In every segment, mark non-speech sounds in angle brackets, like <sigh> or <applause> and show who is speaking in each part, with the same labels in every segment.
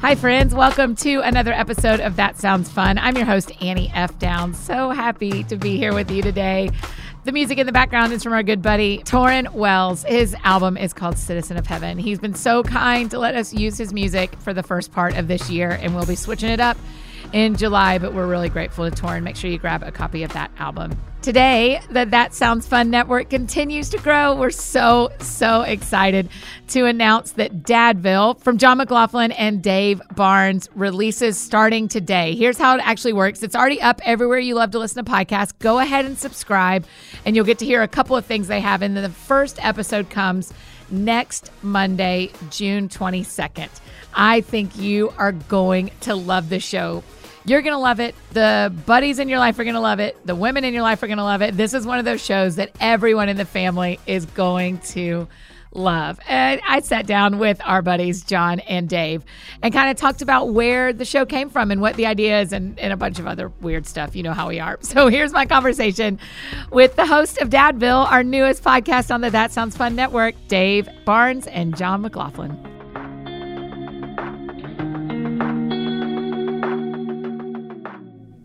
Speaker 1: Hi, friends. Welcome to another episode of That Sounds Fun. I'm your host, Annie F. Downs. So happy to be here with you today. The music in the background is from our good buddy, Torrin Wells. His album is called Citizen of Heaven. He's been so kind to let us use his music for the first part of this year, and we'll be switching it up in July, but we're really grateful to Torrin. Make sure you grab a copy of that album. Today, the That Sounds Fun Network continues to grow. We're so, so excited to announce that Dadville from John McLaughlin and Dave Barnes releases starting today. Here's how it actually works it's already up everywhere you love to listen to podcasts. Go ahead and subscribe, and you'll get to hear a couple of things they have. And then the first episode comes next Monday, June 22nd. I think you are going to love the show. You're going to love it. The buddies in your life are going to love it. The women in your life are going to love it. This is one of those shows that everyone in the family is going to love. And I sat down with our buddies, John and Dave, and kind of talked about where the show came from and what the idea is and, and a bunch of other weird stuff. You know how we are. <laughs> So here's my conversation with the host of Dadville, our newest podcast on the That Sounds Fun Network, Dave Barnes and John McLaughlin.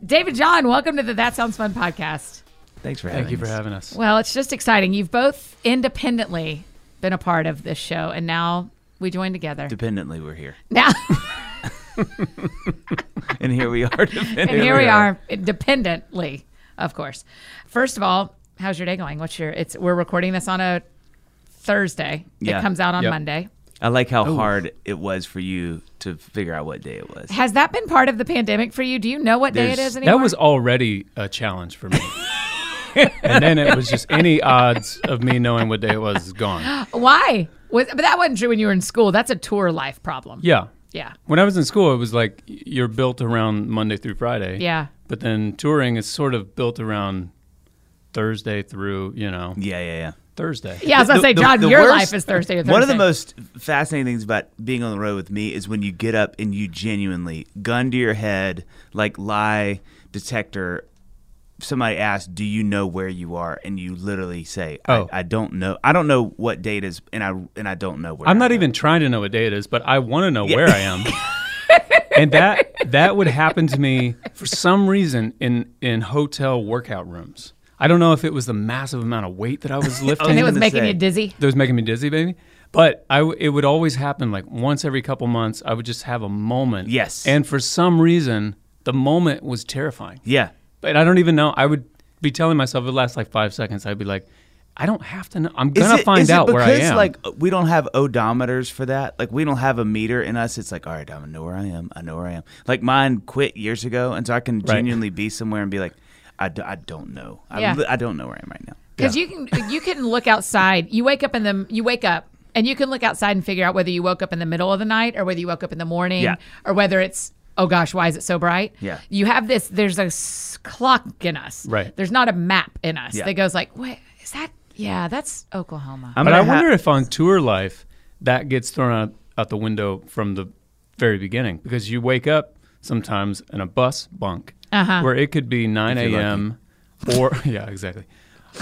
Speaker 1: David John, welcome to the That Sounds Fun podcast.
Speaker 2: Thanks for having
Speaker 3: Thank you for
Speaker 2: us.
Speaker 3: having us.
Speaker 1: Well, it's just exciting. You've both independently been a part of this show, and now we join together.
Speaker 2: Dependently, we're here, <laughs>
Speaker 1: now, <laughs>
Speaker 2: and here we are.
Speaker 1: and
Speaker 2: dependently.
Speaker 1: here we are, dependently, of course. First of all, how's your day going? What's your? It's we're recording this on a Thursday.
Speaker 2: Yeah.
Speaker 1: It comes out on
Speaker 3: Yep.
Speaker 1: Monday.
Speaker 2: I like how hard it was for you to figure out what day it was.
Speaker 1: Has that been part of the pandemic for you? Do you know what day it
Speaker 2: There's-
Speaker 1: is anymore?
Speaker 3: That was already a
Speaker 1: <laughs>
Speaker 3: challenge for me. and then it was just any odds of me knowing what day it was is
Speaker 1: <gasps>
Speaker 3: gone.
Speaker 1: why. Was, but that wasn't true when you were in school. That's a tour life problem.
Speaker 3: Yeah.
Speaker 1: Yeah.
Speaker 3: When I was in school, it was like you're built around Monday through Friday.
Speaker 1: Yeah.
Speaker 3: But then touring is sort of built around Thursday through, you know,
Speaker 2: Yeah, yeah, yeah.
Speaker 3: Thursday.
Speaker 1: Yeah, I was gonna say,
Speaker 2: The- the-
Speaker 1: John,
Speaker 2: the
Speaker 1: your
Speaker 2: worst-
Speaker 1: life is Thursday or Thursday.
Speaker 2: One of the most fascinating things about being on the road with me is when you get up and you genuinely gun to your head, like lie detector. Somebody asked, "Do you know where you are?" And you literally say, I,
Speaker 3: Oh.
Speaker 2: I don't know. I don't know what date is, and I and I don't know where."
Speaker 3: I'm
Speaker 2: I
Speaker 3: not
Speaker 2: am."
Speaker 3: even trying to know what day it is, but I want to know where
Speaker 2: <laughs>
Speaker 3: I am. and that that would happen to me for some reason in in hotel workout rooms. I don't know if it was the massive amount of weight that
Speaker 2: <laughs>
Speaker 3: I
Speaker 2: Oh,
Speaker 3: was lifting
Speaker 1: and it was
Speaker 2: gonna
Speaker 1: making
Speaker 2: say.
Speaker 1: you dizzy.
Speaker 3: that was making me dizzy, baby. But I w- it would always happen like once every couple months. I would just have a moment.
Speaker 2: Yes.
Speaker 3: And for some reason, the moment was terrifying.
Speaker 2: Yeah,
Speaker 3: But I don't even know. I would be telling myself it lasts like five seconds. I'd be like, I don't have to know. I'm
Speaker 2: Is
Speaker 3: gonna
Speaker 2: it-
Speaker 3: find
Speaker 2: is
Speaker 3: out
Speaker 2: it
Speaker 3: where
Speaker 2: because,
Speaker 3: I am.
Speaker 2: Like we don't have odometers for that. Like we don't have a meter in us. It's like, all right, I know where I am. I know where I am. Like mine quit years ago, and so I can
Speaker 3: Right.
Speaker 2: genuinely be somewhere and be like, I, d- I don't know. I,
Speaker 1: Yeah.
Speaker 2: li- I don't know where I am right now.
Speaker 1: because you can you can look outside. You wake up in the you wake up and you can look outside and figure out whether you woke up in the middle of the night or whether you woke up in the morning
Speaker 2: Yeah.
Speaker 1: or whether it's oh gosh why is it so bright?
Speaker 2: Yeah.
Speaker 1: you have this. There's a s- clock in us.
Speaker 3: Right.
Speaker 1: There's not a map in us
Speaker 2: Yeah.
Speaker 1: that goes like wait is that yeah that's Oklahoma.
Speaker 2: I'm
Speaker 3: but I
Speaker 2: gonna ha-
Speaker 3: wonder if on tour life that gets thrown out, out the window from the very beginning because you wake up sometimes in a bus bunk
Speaker 1: Uh-huh.
Speaker 3: where it could be 9
Speaker 2: you're
Speaker 3: a.m. or <laughs> yeah exactly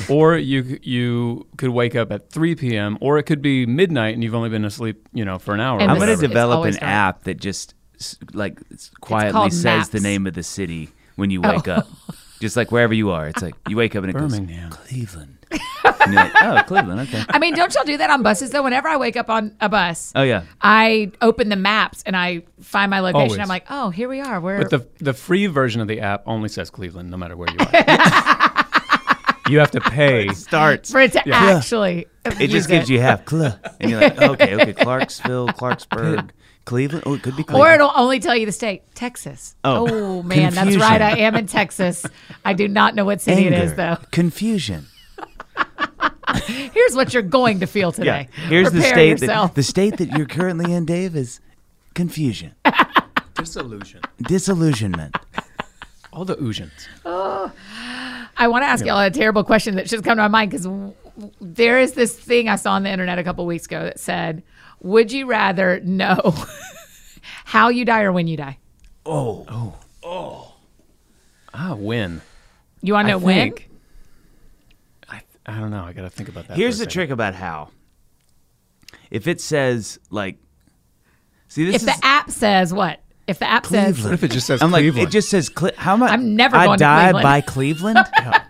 Speaker 3: or you c- you could wake up at 3 p.m. or it could be midnight and you've only been asleep you know for an hour. or
Speaker 1: And
Speaker 2: I'm
Speaker 1: this
Speaker 2: gonna
Speaker 1: is-
Speaker 3: whatever.
Speaker 1: it's
Speaker 2: develop
Speaker 1: always
Speaker 2: an
Speaker 1: dark.
Speaker 2: app that just s- like s- quietly
Speaker 1: called
Speaker 2: says the
Speaker 1: Maps. Oh.
Speaker 2: name of the city when you wake up, just like wherever you are. It's like you wake up and it
Speaker 3: Birmingham.
Speaker 2: goes Cleveland. and you're like, oh, Cleveland. Okay.
Speaker 1: I mean, don't y'all do that on buses though? Whenever I wake up on a bus,
Speaker 2: Oh yeah.
Speaker 1: I open the maps and I find my location.
Speaker 3: Always.
Speaker 1: I'm like, oh, here we are. We're
Speaker 3: But the the free version of the app only says Cleveland no matter where you
Speaker 2: <laughs>
Speaker 3: are. you have to pay.
Speaker 2: Starts.
Speaker 1: for it to actually.
Speaker 2: It just gives you half cl, and you're
Speaker 1: <laughs>
Speaker 2: like, okay, okay, Clarksville, Clarksburg, Cleveland. Oh, it could be
Speaker 1: Or
Speaker 2: Cleveland.
Speaker 1: it'll only tell you the state, Texas.
Speaker 2: Oh.
Speaker 1: man, that's
Speaker 2: Confusion.
Speaker 1: right. I am in Texas. I do not know what city it is though.
Speaker 2: confusion.
Speaker 1: Here's what you're going to feel <laughs> today.
Speaker 2: here's the
Speaker 1: Prepare
Speaker 2: state
Speaker 1: yourself.
Speaker 2: that the state that you're currently in, Dave, is
Speaker 1: <laughs>
Speaker 2: confusion,
Speaker 3: Disillusion.
Speaker 2: disillusionment.
Speaker 3: All the oozins.
Speaker 1: I want to ask y'all a terrible question that's just come to my mind because there is this thing I saw on the internet a couple weeks ago that said, "Would you rather know <laughs> how you die or when you die?"
Speaker 3: Ah, win.
Speaker 1: You want to know
Speaker 3: I
Speaker 1: when?
Speaker 3: think- I, I don't know. I got to think about that.
Speaker 2: Here's
Speaker 3: for a
Speaker 2: the
Speaker 3: second.
Speaker 2: trick about how. If it says like, See, this
Speaker 1: If
Speaker 2: is.
Speaker 1: the app says what? If the app
Speaker 3: What
Speaker 1: says
Speaker 3: if it just says
Speaker 2: I'm like,
Speaker 3: Cleveland?
Speaker 2: it just says, Cle- how am I?
Speaker 1: I'm never
Speaker 2: I
Speaker 1: going to
Speaker 2: died
Speaker 1: Cleveland.
Speaker 2: by Cleveland?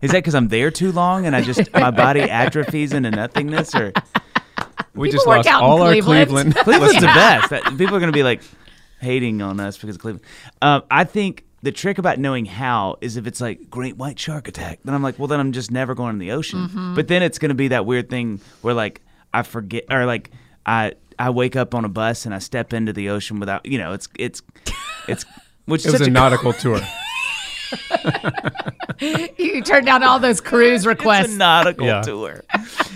Speaker 1: <laughs>
Speaker 2: <laughs> is that because I'm there too long and I just, my body atrophies into nothingness? Or
Speaker 3: we
Speaker 1: people
Speaker 3: just
Speaker 1: work
Speaker 3: lost
Speaker 1: out in
Speaker 3: all our
Speaker 1: Cleveland.
Speaker 3: <laughs> Cleveland.
Speaker 2: Cleveland's the best. That- people are going to be like hating on us because of Cleveland. Um, I think the trick about knowing how is if it's like great white shark attack, then I'm like, well, then I'm just never going in the ocean. But then it's going to be that weird thing where like I forget or like I I wake up on a bus and I step into the ocean without you know it's it's it's which
Speaker 3: it
Speaker 2: is
Speaker 3: was
Speaker 2: such
Speaker 3: a
Speaker 2: a
Speaker 3: nautical <laughs> tour.
Speaker 1: <laughs> you turn down all those cruise
Speaker 2: It's
Speaker 1: requests.
Speaker 2: a nautical
Speaker 3: Yeah.
Speaker 2: tour.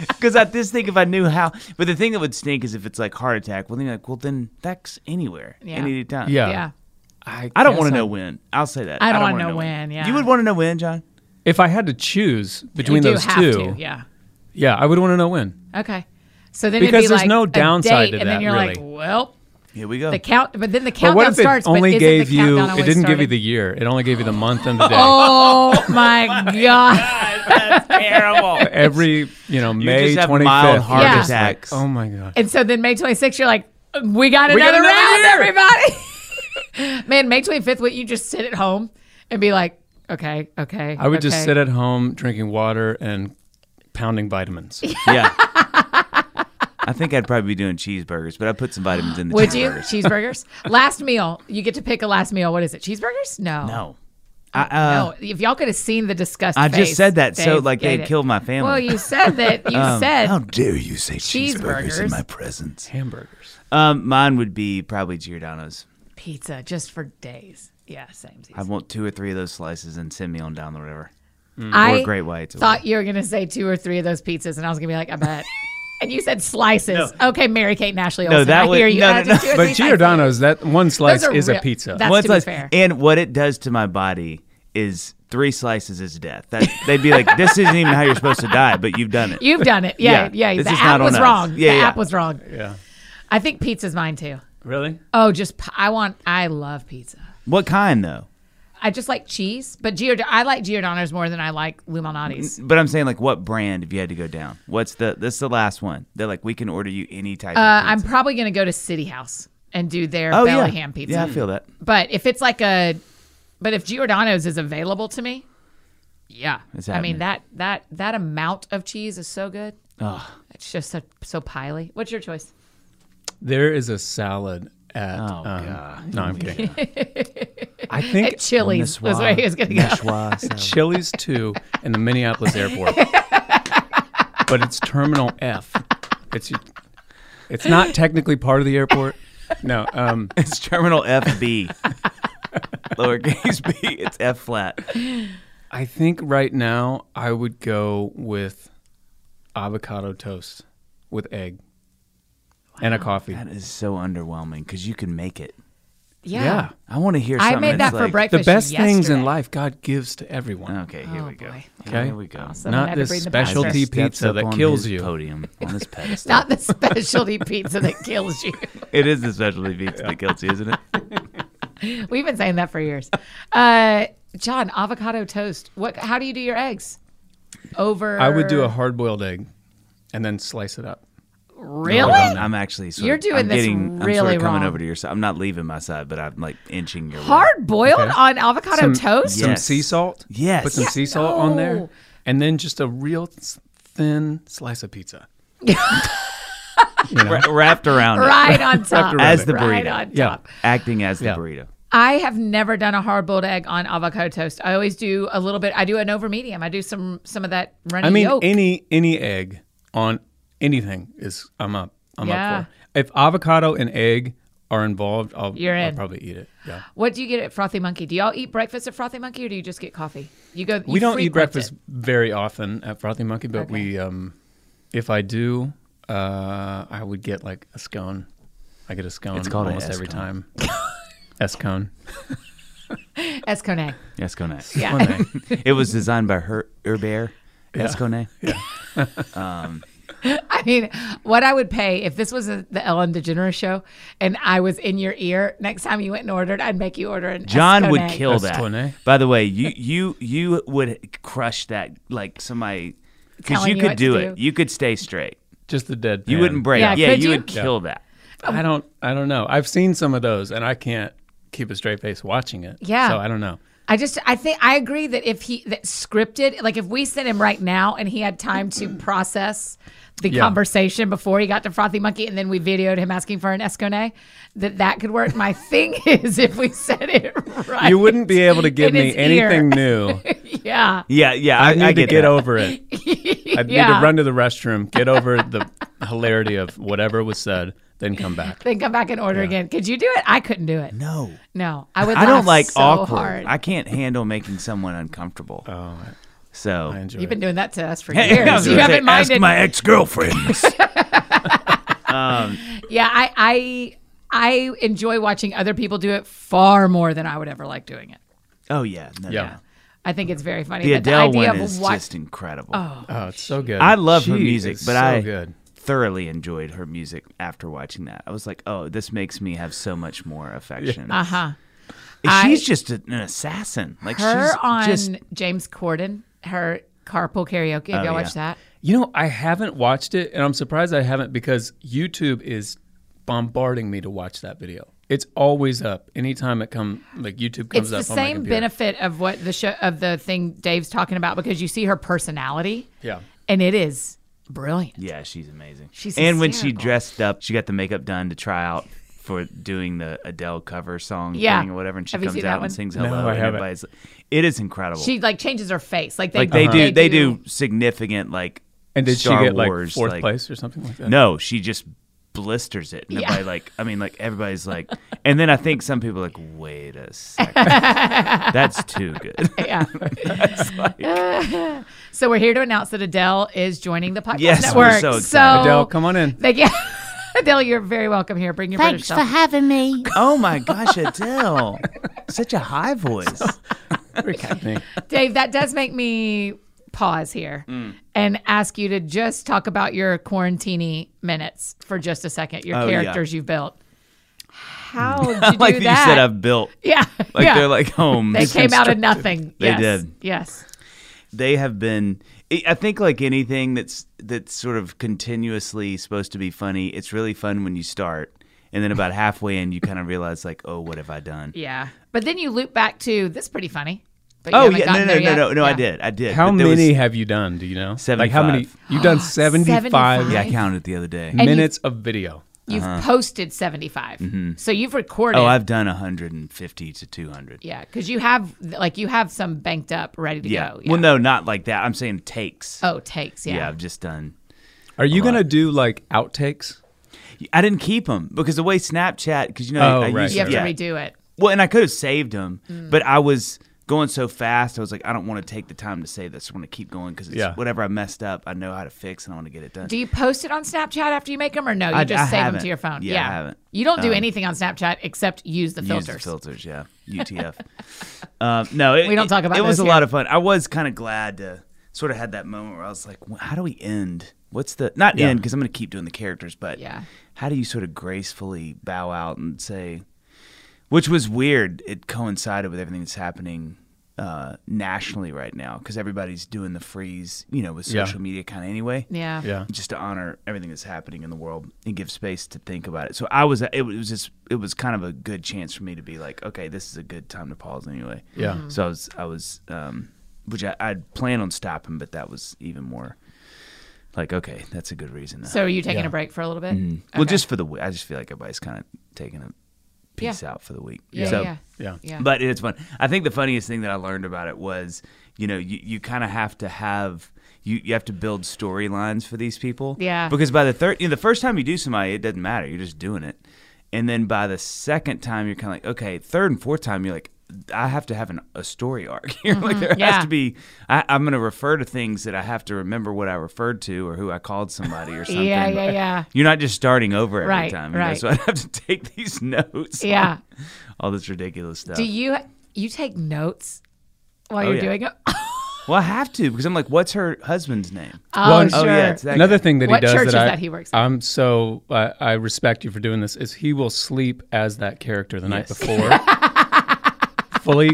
Speaker 2: Because I just think if I knew how, but the thing that would stink is if it's like heart attack. Well, then you're like, well, then that's anywhere,
Speaker 1: Yeah.
Speaker 2: any time.
Speaker 3: Yeah.
Speaker 1: yeah.
Speaker 2: I don't want
Speaker 3: guess
Speaker 2: to know
Speaker 3: I'm-
Speaker 2: when. I'll say that.
Speaker 1: I don't
Speaker 2: want
Speaker 1: wanna
Speaker 2: to
Speaker 1: know when, yeah.
Speaker 2: You would want to know when, John.
Speaker 3: If I had to choose between
Speaker 1: you
Speaker 3: those
Speaker 1: do have
Speaker 3: two,
Speaker 1: to. Yeah.
Speaker 3: yeah, I would want to know when.
Speaker 1: Okay. So then it'd
Speaker 3: Because
Speaker 1: be
Speaker 3: there's
Speaker 1: like
Speaker 3: no
Speaker 1: a
Speaker 3: downside
Speaker 1: date,
Speaker 3: to
Speaker 1: and then
Speaker 3: that,
Speaker 1: you're like,
Speaker 3: really.
Speaker 1: well,
Speaker 2: Here we go.
Speaker 1: the count. But then the
Speaker 3: But
Speaker 1: countdown
Speaker 3: what if it
Speaker 1: starts.
Speaker 3: only
Speaker 1: but isn't
Speaker 3: gave
Speaker 1: the
Speaker 3: you?
Speaker 1: countdown
Speaker 3: It
Speaker 1: always
Speaker 3: didn't give you
Speaker 1: starting?
Speaker 3: the year. It only gave you the month and the day. <laughs>
Speaker 1: Oh my god! <laughs>
Speaker 2: That's terrible.
Speaker 3: Every you know
Speaker 2: You
Speaker 3: May
Speaker 2: just have
Speaker 3: 25th,
Speaker 2: mild heart
Speaker 3: you're just
Speaker 2: attacks.
Speaker 3: Like, oh my god.
Speaker 1: And so then May 26th, you're like, we got
Speaker 3: got
Speaker 1: another
Speaker 3: another
Speaker 1: round,
Speaker 3: year.
Speaker 1: everybody. <laughs> Man, May 25th, would you just sit at home and be like, okay, okay?
Speaker 3: I would just
Speaker 1: okay.
Speaker 3: sit at home drinking water and pounding vitamins.
Speaker 2: yeah. I think I'd probably be doing cheeseburgers, but I put some vitamins in the
Speaker 1: Would you cheeseburgers?
Speaker 2: cheeseburgers.
Speaker 3: <laughs>
Speaker 1: last meal, you get to pick a last meal. What is it? Cheeseburgers? No,
Speaker 2: No. I, uh,
Speaker 1: Oh, no. If y'all could have seen the disgust,
Speaker 2: I just said that so like
Speaker 1: they
Speaker 2: they'd kill my family. Um,
Speaker 1: Well, you said that.
Speaker 2: <laughs>
Speaker 1: You said
Speaker 2: How dare you say cheeseburgers
Speaker 1: Cheeseburgers.
Speaker 2: in my presence?
Speaker 3: Hamburgers.
Speaker 2: Um, mine would be probably Giordano's.
Speaker 1: pizza just for days. Yeah, same.
Speaker 2: I want two or three of those slices and send me on down the river.
Speaker 1: I
Speaker 2: Or Great Whites. or
Speaker 1: thought you were going to say two or three of those pizzas, and I was going to be like, I <laughs> bet. and you said slices. Okay, Mary Kate and Ashley Olsen.
Speaker 2: No, that
Speaker 1: I
Speaker 2: would-
Speaker 1: hear you.
Speaker 2: no,
Speaker 1: Uh,
Speaker 2: no, no.
Speaker 1: just two or three
Speaker 3: But
Speaker 1: slices.
Speaker 3: Giordano's, that one slice
Speaker 1: are
Speaker 3: is
Speaker 1: real-
Speaker 3: a pizza.
Speaker 1: that's- to
Speaker 2: One
Speaker 1: be
Speaker 2: slice-
Speaker 1: fair.
Speaker 2: And what it does to my body is three slices is death. That, they'd be like, this isn't even how you're supposed to die, but you've done
Speaker 1: <laughs>
Speaker 2: it.
Speaker 1: You've done it. Yeah, yeah.
Speaker 2: Yeah, this
Speaker 1: The
Speaker 2: is
Speaker 1: app
Speaker 2: not on
Speaker 1: was
Speaker 2: us.
Speaker 1: wrong.
Speaker 2: Yeah,
Speaker 1: the
Speaker 2: yeah.
Speaker 1: app was wrong.
Speaker 3: yeah.
Speaker 1: I think pizza's mine too.
Speaker 3: Really?
Speaker 1: Oh, just p- I want. I love pizza.
Speaker 2: What kind though?
Speaker 1: I just like cheese, but Giord- I like Giordano's more than I like Luminati's.
Speaker 2: But I'm saying like what brand if you had to go down? What's the this is the last one. They're like we can order you any type
Speaker 1: Uh,
Speaker 2: of
Speaker 1: I'm
Speaker 2: pizza.
Speaker 1: probably going to go to City House and do their
Speaker 2: Mm-hmm. oh
Speaker 1: belly
Speaker 2: yeah.
Speaker 1: ham pizza. Mm.
Speaker 2: Yeah, I feel that.
Speaker 1: But if it's like a, but if Giordano's is available to me, yeah,
Speaker 2: It's
Speaker 1: I mean
Speaker 2: happening.
Speaker 1: that that that amount of cheese is so good.
Speaker 2: Ugh.
Speaker 1: It's just so, so piley. What's your choice?
Speaker 3: There is a salad at.
Speaker 1: Oh,
Speaker 3: um, No,
Speaker 1: <laughs>
Speaker 3: I'm kidding. I think
Speaker 1: Chili's was where he was going to go. <laughs>
Speaker 3: Chili's too in the Minneapolis airport, but it's Terminal F. It's it's not technically part of the airport. No,
Speaker 1: <laughs>
Speaker 3: um,
Speaker 2: It's terminal FB. <laughs> Lowercase B. It's F flat.
Speaker 3: I think right now I would go with avocado toast with egg and a coffee.
Speaker 2: That is so underwhelming because you can make it.
Speaker 1: Yeah,
Speaker 3: yeah.
Speaker 2: I want to hear
Speaker 1: I
Speaker 2: something.
Speaker 1: made that
Speaker 2: that's
Speaker 1: for
Speaker 2: like-
Speaker 1: breakfast.
Speaker 3: The best things in
Speaker 1: yesterday.
Speaker 3: life God gives to everyone.
Speaker 2: Okay, here
Speaker 1: Oh,
Speaker 2: we go.
Speaker 1: boy.
Speaker 2: Okay,
Speaker 3: Okay.
Speaker 2: here we go.
Speaker 1: Someone
Speaker 3: Not
Speaker 1: had to
Speaker 3: this
Speaker 1: bring the
Speaker 3: special
Speaker 1: pastor.
Speaker 3: tea
Speaker 2: Steps
Speaker 3: pizza
Speaker 2: up
Speaker 3: that
Speaker 2: on
Speaker 3: kills
Speaker 2: his
Speaker 3: you.
Speaker 2: Podium on this
Speaker 1: <laughs>
Speaker 2: pedestal.
Speaker 1: Not the specialty pizza that kills you.
Speaker 2: it is the specialty pizza that kills you, isn't it?
Speaker 1: We've been saying that for years. Uh, John, avocado toast. What? How do you do your eggs? Over.
Speaker 3: I would do a hard boiled egg and then slice it up.
Speaker 1: <laughs> really.
Speaker 2: I'm actually. Sort
Speaker 1: You're
Speaker 2: of,
Speaker 1: doing
Speaker 2: I'm
Speaker 1: this
Speaker 2: getting, I'm sort
Speaker 1: really
Speaker 2: of coming
Speaker 1: wrong.
Speaker 2: over to your side. I'm not leaving my side, but I'm like inching your. way.
Speaker 1: Hard boiled
Speaker 3: Okay.
Speaker 1: on avocado
Speaker 3: Some-
Speaker 1: toast.
Speaker 3: Some
Speaker 2: Yes.
Speaker 3: sea salt.
Speaker 2: Yes.
Speaker 3: Put some
Speaker 2: Yeah,
Speaker 3: sea salt on there.
Speaker 1: no.
Speaker 3: And then just a real s- thin slice of pizza. You know?
Speaker 2: Wra- wrapped around it.
Speaker 1: <laughs> Right on top.
Speaker 3: around
Speaker 2: as the burrito.
Speaker 1: right on
Speaker 3: Yeah.
Speaker 1: top.
Speaker 2: acting as the
Speaker 3: Yeah.
Speaker 2: burrito.
Speaker 1: I have never done a hard boiled egg on avocado toast. I always do a little bit. I do an over medium. I do some some of that runny
Speaker 3: I mean,
Speaker 1: yolk.
Speaker 3: any any egg on anything is I'm up. I'm
Speaker 1: Yeah.
Speaker 3: up for. If avocado and egg are involved, I'll,
Speaker 1: You're
Speaker 3: I'll
Speaker 1: in.
Speaker 3: probably eat it. Yeah.
Speaker 1: what do you get at Frothy Monkey? Do y'all eat breakfast at Frothy Monkey, or do you just get coffee? You go.
Speaker 3: we
Speaker 1: you
Speaker 3: don't
Speaker 1: frequent
Speaker 3: eat breakfast
Speaker 1: it.
Speaker 3: very often at Frothy Monkey, but we, um, if I do, uh, I would get like a scone. I get a scone
Speaker 2: It's called a
Speaker 3: almost every
Speaker 2: S-cone.
Speaker 3: time.
Speaker 1: <laughs>
Speaker 3: S cone.
Speaker 1: Esconay.
Speaker 2: Yes, Kone.
Speaker 1: Yeah. <laughs>
Speaker 2: It was designed by Her- Herbert Escone.
Speaker 1: I mean, what I would pay if this was a, the Ellen DeGeneres show and I was in your ear next time you went and ordered, I'd make you order an
Speaker 2: John would
Speaker 1: Esconay.
Speaker 2: kill that.
Speaker 3: Escone.
Speaker 2: By the way, you you you would crush that like somebody because
Speaker 1: Telling
Speaker 2: you
Speaker 1: you
Speaker 2: could
Speaker 1: what to
Speaker 2: do
Speaker 1: do.
Speaker 2: it. You could stay straight.
Speaker 3: Just the dead.
Speaker 2: You
Speaker 3: pan.
Speaker 2: wouldn't break.
Speaker 1: Yeah,
Speaker 2: Yeah,
Speaker 1: could
Speaker 2: you
Speaker 1: you?
Speaker 2: would kill that.
Speaker 4: I don't I don't know. I've seen some of those and I can't keep a straight face watching it.
Speaker 1: Yeah.
Speaker 4: So I don't know.
Speaker 1: I just I think I agree that if he that scripted like if we sent him right now and he had time to process the
Speaker 4: Yeah.
Speaker 1: conversation before he got to Frothy Monkey and then we videoed him asking for an Escone, that that could work. My thing is if we said it right,
Speaker 4: You wouldn't be
Speaker 1: <laughs>
Speaker 4: able to give
Speaker 1: In
Speaker 4: me
Speaker 1: his ear.
Speaker 4: anything
Speaker 2: <laughs>
Speaker 4: new.
Speaker 1: <laughs> Yeah,
Speaker 2: Yeah, yeah.
Speaker 4: I
Speaker 2: I,
Speaker 4: need
Speaker 2: I
Speaker 4: to
Speaker 2: get,
Speaker 4: get
Speaker 2: that.
Speaker 4: over
Speaker 1: <laughs>
Speaker 4: it. I need
Speaker 1: Yeah.
Speaker 4: to run to the restroom, get over the hilarity of whatever was said, then come back.
Speaker 1: then come back and order again. Could you do it? I couldn't do it.
Speaker 2: No.
Speaker 1: No, I would.
Speaker 2: I
Speaker 1: laugh
Speaker 2: don't like
Speaker 1: so
Speaker 2: awkward.
Speaker 1: Hard.
Speaker 2: I can't handle making someone uncomfortable.
Speaker 4: Oh,
Speaker 2: so <laughs>
Speaker 4: I enjoy
Speaker 1: You've
Speaker 4: it.
Speaker 1: been doing that to us for
Speaker 2: Hey, I
Speaker 1: years.
Speaker 2: was
Speaker 1: You
Speaker 2: gonna say,
Speaker 1: haven't minded.
Speaker 2: Ask my
Speaker 1: <laughs>
Speaker 2: ex girlfriends. um,
Speaker 1: yeah, I, I I enjoy watching other people do it far more than I would ever like doing it.
Speaker 2: oh yeah, no,
Speaker 4: Yeah.
Speaker 2: no.
Speaker 1: I think it's very funny.
Speaker 2: The
Speaker 1: but
Speaker 2: Adele
Speaker 1: the idea
Speaker 2: one
Speaker 1: of
Speaker 2: is
Speaker 1: what,
Speaker 2: just incredible.
Speaker 4: Oh, it's so good.
Speaker 2: I love her
Speaker 4: She
Speaker 2: music,
Speaker 4: is
Speaker 2: but
Speaker 4: so
Speaker 2: I
Speaker 4: good.
Speaker 2: thoroughly enjoyed her music after watching that. I was like, oh, this makes me have so much more affection.
Speaker 1: Uh huh.
Speaker 2: And she's
Speaker 1: I-
Speaker 2: just an assassin. Like
Speaker 1: Her
Speaker 2: she's
Speaker 1: on
Speaker 2: just
Speaker 1: James Corden, her carpool karaoke. Have y'all
Speaker 2: Oh, yeah.
Speaker 1: watched that?
Speaker 4: You know, I haven't watched it, and I'm surprised I haven't because YouTube is bombarding me to watch that video. It's always up anytime it come like YouTube comes
Speaker 1: It's
Speaker 4: up.
Speaker 1: the
Speaker 4: on my
Speaker 1: same
Speaker 4: computer.
Speaker 1: benefit of what the show of the thing Dave's talking about because you see her personality.
Speaker 4: Yeah.
Speaker 1: And it is brilliant.
Speaker 2: yeah, she's amazing.
Speaker 1: She's
Speaker 2: and when she
Speaker 1: hysterical.
Speaker 2: dressed up, she got the makeup done to try out for doing the Adele cover song
Speaker 1: Yeah.
Speaker 2: thing or whatever, and she
Speaker 1: Have you
Speaker 2: comes
Speaker 1: seen that
Speaker 2: out
Speaker 1: one?
Speaker 2: and sings
Speaker 4: No,
Speaker 2: hello.
Speaker 4: I
Speaker 2: and
Speaker 4: haven't.
Speaker 2: everybody's like- it is incredible.
Speaker 1: She like changes her face. Like they
Speaker 2: like they do, they do, significant like.
Speaker 4: Uh-huh. And did
Speaker 2: Star
Speaker 4: she get like
Speaker 2: Wars,
Speaker 4: fourth
Speaker 2: like-
Speaker 4: place or something like that?
Speaker 2: No, she just blisters it. And
Speaker 1: Yeah.
Speaker 2: everybody like, I mean, like everybody's like, and then I think some people are like, wait
Speaker 1: <laughs>
Speaker 2: a second, that's too good.
Speaker 1: <laughs>
Speaker 2: <laughs>
Speaker 1: Yeah. <laughs> so we're here to announce that Adele is joining the podcast
Speaker 2: Yes,
Speaker 1: network.
Speaker 2: we're so excited.
Speaker 4: Adele, come on in.
Speaker 1: Thank you. <laughs> Adele, you're very welcome here. Bring your British
Speaker 3: Thanks for
Speaker 1: self.
Speaker 3: having me.
Speaker 2: oh my gosh, Adele, such a
Speaker 1: <laughs>
Speaker 2: high voice.
Speaker 4: Rick Hackney.
Speaker 1: Dave, that does make me pause here
Speaker 2: Mm.
Speaker 1: and ask you to just talk about your quarantini minutes for just a second, your
Speaker 2: Oh, yeah.
Speaker 1: characters you've built.
Speaker 2: <laughs>
Speaker 1: How did you do
Speaker 2: like you
Speaker 1: that?
Speaker 2: said, I've built.
Speaker 1: <laughs> yeah.
Speaker 2: Like
Speaker 1: yeah.
Speaker 2: they're like "Oh, homes.
Speaker 1: they came out of nothing.
Speaker 2: They
Speaker 1: yes.
Speaker 2: did.
Speaker 1: Yes.
Speaker 2: they have been I- i think like anything that's that's sort of continuously supposed to be funny it's really fun when you start and then about halfway in you kind of realize like oh what have i done
Speaker 1: Yeah. But then you loop back to this is pretty funny. But you
Speaker 2: oh
Speaker 1: haven't
Speaker 2: yeah no
Speaker 1: gotten
Speaker 2: no
Speaker 1: there
Speaker 2: no
Speaker 1: yet.
Speaker 2: no no i
Speaker 1: Yeah.
Speaker 2: did i did
Speaker 4: How
Speaker 2: But there was-
Speaker 4: many have you done? Do you know? Like how many?
Speaker 2: 75.
Speaker 4: You've
Speaker 1: <gasps>
Speaker 4: done seventy-five
Speaker 2: yeah i counted the other day
Speaker 1: you-
Speaker 4: minutes of video.
Speaker 1: You've posted 75. So you've recorded.
Speaker 2: Uh-huh. oh i've done 150 to 200
Speaker 1: yeah, because you have like you have some banked up, ready to
Speaker 2: yeah.
Speaker 1: go.
Speaker 2: well no not like that i'm saying takes
Speaker 1: Oh, takes. Yeah.
Speaker 2: yeah. i've just done
Speaker 4: Are you gonna do like outtakes?
Speaker 2: i didn't keep them because the way snapchat because you know
Speaker 4: Oh,
Speaker 2: i
Speaker 4: right,
Speaker 2: used
Speaker 1: You have
Speaker 2: yeah.
Speaker 1: to redo it.
Speaker 2: Well, and I could have saved him, but I was going so fast. I was like, I don't want to take the time to save this. I want to keep going because
Speaker 4: Yeah.
Speaker 2: whatever I messed up, I know how to fix and I want to get it done.
Speaker 1: Do you post it on Snapchat after you make them, or no? You
Speaker 2: I-
Speaker 1: just
Speaker 2: I
Speaker 1: save them
Speaker 2: haven't.
Speaker 1: to your phone.
Speaker 2: Yeah, I haven't.
Speaker 1: You don't do
Speaker 2: Um,
Speaker 1: anything on Snapchat except use the
Speaker 2: Use
Speaker 1: filters.
Speaker 2: the
Speaker 1: <laughs>
Speaker 2: filters, yeah. UTF. um, no, it,
Speaker 1: We don't talk about
Speaker 2: It, it was
Speaker 1: those
Speaker 2: a lot
Speaker 1: here.
Speaker 2: of fun. I was kind of glad to sort of had that moment where I was like, well, how do we end? What's the not end
Speaker 4: Yeah.
Speaker 2: end because I'm going to keep doing the characters, but
Speaker 1: Yeah.
Speaker 2: how do you sort of gracefully bow out and say, which was weird. It coincided with everything that's happening uh, nationally right now because everybody's doing the freeze, you know, with
Speaker 4: Yeah.
Speaker 2: social media kind of anyway.
Speaker 1: Yeah.
Speaker 4: Yeah.
Speaker 2: Just to honor everything that's happening in the world and give space to think about it. So I was, it was just, it was kind of a good chance for me to be like, okay, this is a good time to pause anyway.
Speaker 4: Yeah.
Speaker 1: Mm-hmm.
Speaker 4: Mhm.
Speaker 2: So I was, I was, um, which I, I'd plan on stopping, but that was even more like, okay, that's a good reason. to-
Speaker 1: So are you taking
Speaker 4: Yeah.
Speaker 1: a break for a little bit?
Speaker 2: Well,
Speaker 1: Okay.
Speaker 2: just for the week, I just feel like everybody's kind of taking a piece
Speaker 1: Yeah.
Speaker 2: out for the week.
Speaker 1: yeah,
Speaker 2: So-
Speaker 1: yeah,
Speaker 4: Yeah.
Speaker 1: yeah.
Speaker 2: but it's fun. I think the funniest thing that I learned about it was, you know, you, you kind of have to have you, you have to build storylines for these people.
Speaker 1: Yeah.
Speaker 2: Because by the third, you know, the first time you do somebody, it doesn't matter. You're just doing it, and then by the second time, you're kind of like, okay. Third and fourth time, you're like, I have to have an, a story arc <laughs> here. like there
Speaker 1: Mm-hmm. Yeah.
Speaker 2: has to be. I, I'm going to refer to things that I have to remember what I referred to or who I called somebody or
Speaker 1: <laughs>
Speaker 2: something.
Speaker 1: yeah, yeah, yeah.
Speaker 2: You're not just starting over every
Speaker 1: Right,
Speaker 2: time, you know?
Speaker 1: right.
Speaker 2: So I'd have to <laughs> take these notes. on
Speaker 1: Yeah.
Speaker 2: <laughs> all this ridiculous stuff.
Speaker 1: Do you you take notes while
Speaker 2: Oh,
Speaker 1: you're
Speaker 2: yeah.
Speaker 1: doing
Speaker 2: <laughs>
Speaker 1: it?
Speaker 2: Well, I have to because I'm like, what's her husband's name?
Speaker 1: Oh,
Speaker 4: Well, and-
Speaker 1: sure.
Speaker 2: Oh, yeah, it's that
Speaker 4: Another
Speaker 2: guy.
Speaker 4: thing that
Speaker 1: What
Speaker 4: he does
Speaker 1: church is
Speaker 4: that, I,
Speaker 1: that he works at?
Speaker 4: I'm so I I respect you for doing this. Is he will sleep as that character the night
Speaker 1: <laughs>
Speaker 2: Yes.
Speaker 4: before
Speaker 3: fully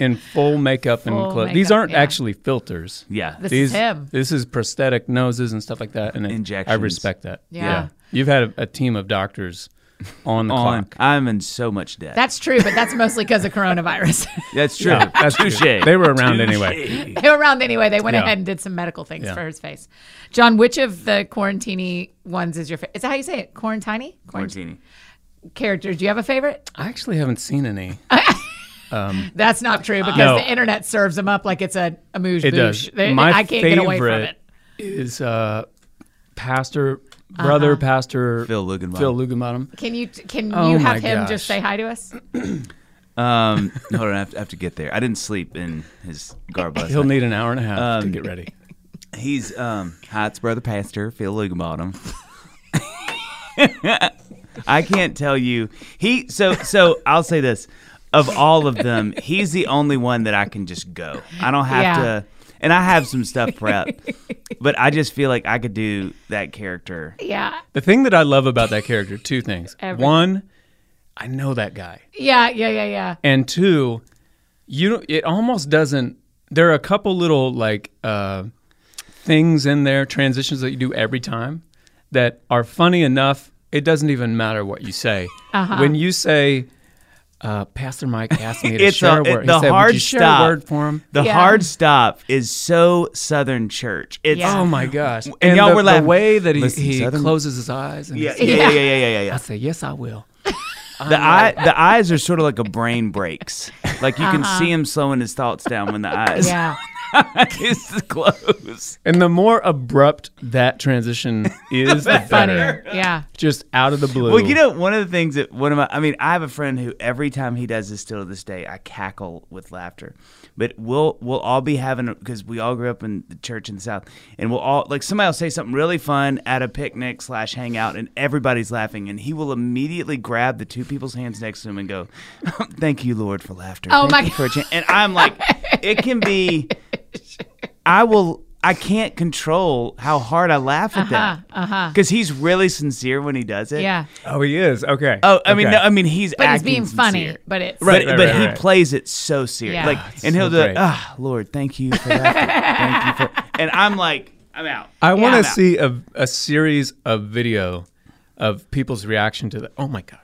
Speaker 3: in full makeup and
Speaker 1: Full
Speaker 3: clothes. These
Speaker 1: makeup,
Speaker 3: aren't
Speaker 1: yeah.
Speaker 3: actually filters.
Speaker 2: Yeah.
Speaker 1: This
Speaker 3: These,
Speaker 1: is him.
Speaker 3: This is prosthetic noses and stuff like that. And it, I
Speaker 2: Injections.
Speaker 3: respect that.
Speaker 1: Yeah.
Speaker 3: You've had a, a team of doctors <laughs> on the
Speaker 2: on.
Speaker 3: clock.
Speaker 2: I'm in so much debt.
Speaker 1: That's true, but that's mostly because of coronavirus. <laughs>
Speaker 2: That's true.
Speaker 3: Yeah, that's true.
Speaker 2: Touche.
Speaker 3: They were around anyway.
Speaker 2: Touche.
Speaker 1: they were around anyway. They went
Speaker 3: Yeah.
Speaker 1: ahead and did some medical things
Speaker 3: Yeah.
Speaker 1: for his face. John, which of the quarantini ones is your favorite? Is that how you say it? Quarantini?
Speaker 2: Martini.
Speaker 1: Characters. Do you have a favorite?
Speaker 3: I actually haven't seen any.
Speaker 1: That's not true because
Speaker 3: No.
Speaker 1: the internet serves them up like it's a, a moosh
Speaker 3: It
Speaker 1: boosh.
Speaker 3: does.
Speaker 1: They-
Speaker 3: My
Speaker 1: I can't
Speaker 3: favorite
Speaker 1: get away from it. Uh-huh.
Speaker 3: is uh, Pastor, brother, Pastor
Speaker 2: Phil Lugenbottom.
Speaker 3: Phil Lugenbottom.
Speaker 1: Can you can
Speaker 3: Oh
Speaker 1: you have
Speaker 3: my
Speaker 1: him just
Speaker 3: gosh.
Speaker 1: say hi to us?
Speaker 2: Um, hold on, I have, to, I have to get there. I didn't sleep in his garb last
Speaker 3: <laughs> He'll
Speaker 2: night.
Speaker 3: need an hour and a half to get ready.
Speaker 2: He's um, hi, it's brother pastor Phil Lugenbottom. <laughs> I can't tell you. He so so. I'll say this: of all of them, he's the only one that I can just go. I don't have
Speaker 1: Yeah.
Speaker 2: to, and I have some stuff prepped, but I just feel like I could do that character.
Speaker 1: Yeah.
Speaker 3: The thing that I love about that character,
Speaker 1: <laughs>
Speaker 3: two things.
Speaker 1: Everything.
Speaker 3: One, I know that guy.
Speaker 1: Yeah, yeah, yeah, yeah.
Speaker 3: and two, you don't- it almost doesn't. There are a couple little like uh, things in there, transitions that you do every time that are funny enough. It doesn't even matter what you say.
Speaker 2: Uh-huh.
Speaker 3: When you say, uh, "Pastor Mike asked me
Speaker 2: <laughs>
Speaker 3: to
Speaker 2: It's
Speaker 3: share
Speaker 2: a-
Speaker 3: a word,"
Speaker 2: the
Speaker 3: he said,
Speaker 2: hard
Speaker 3: "Would you share
Speaker 2: stop.
Speaker 3: a word for him?"
Speaker 2: The
Speaker 1: Yeah.
Speaker 2: hard stop is so Southern church. It's
Speaker 1: Yeah.
Speaker 3: Oh my gosh! And,
Speaker 2: y'all
Speaker 3: the,
Speaker 2: were laughing.
Speaker 3: the way that he,
Speaker 2: Listen,
Speaker 3: he
Speaker 2: Southern-
Speaker 3: closes his eyes and he
Speaker 2: yeah,
Speaker 3: said,
Speaker 2: yeah, yeah, yeah, yeah, yeah, yeah.
Speaker 3: I say, "Yes, I will."
Speaker 2: The eye, the eyes are sort of like a brain breaks. Like you can see him slowing his thoughts down when the
Speaker 1: Uh-huh.
Speaker 2: eyes
Speaker 1: Yeah.
Speaker 2: <laughs> is closed.
Speaker 3: And the more abrupt
Speaker 2: <laughs>
Speaker 3: that transition is, the better.
Speaker 1: Funnier. Yeah.
Speaker 3: Just out of the blue.
Speaker 2: Well, you know, one of the things that one of my, I mean, I have a friend who every time he does this still to this day, I cackle with laughter. But we'll we'll all be having because we all grew up in the church in the South, and we'll all like somebody will say something really fun at a picnic slash hangout, and everybody's laughing, and he will immediately grab the two people's hands next to him and go, "Oh, "Thank you, Lord, for laughter."
Speaker 1: Oh,
Speaker 2: Thank
Speaker 1: my
Speaker 2: you for a chan-" And
Speaker 1: <laughs>
Speaker 2: I'm like, it can be. I will. I can't control how hard I laugh at that. Uh huh. Because he's really sincere when he does it.
Speaker 1: Uh-huh, Yeah.
Speaker 3: Oh, he is. Okay.
Speaker 2: Oh, I mean,
Speaker 3: Okay.
Speaker 2: no, I mean, he's
Speaker 1: But he's
Speaker 2: acting
Speaker 1: being funny,
Speaker 2: sincere.
Speaker 1: but it's
Speaker 2: But,
Speaker 3: Right, right,
Speaker 2: but
Speaker 3: right,
Speaker 2: he
Speaker 3: right.
Speaker 2: plays it so serious,
Speaker 1: Yeah.
Speaker 2: like,
Speaker 1: Ah,
Speaker 2: and he'll
Speaker 3: so
Speaker 2: do, like,
Speaker 3: great.
Speaker 2: ah, Lord, thank you
Speaker 1: <laughs>
Speaker 2: for that. thank you for, and I'm like, I'm out.
Speaker 3: I want
Speaker 1: Yeah.
Speaker 3: to see a, a series of video of people's reaction to the. Oh my gosh.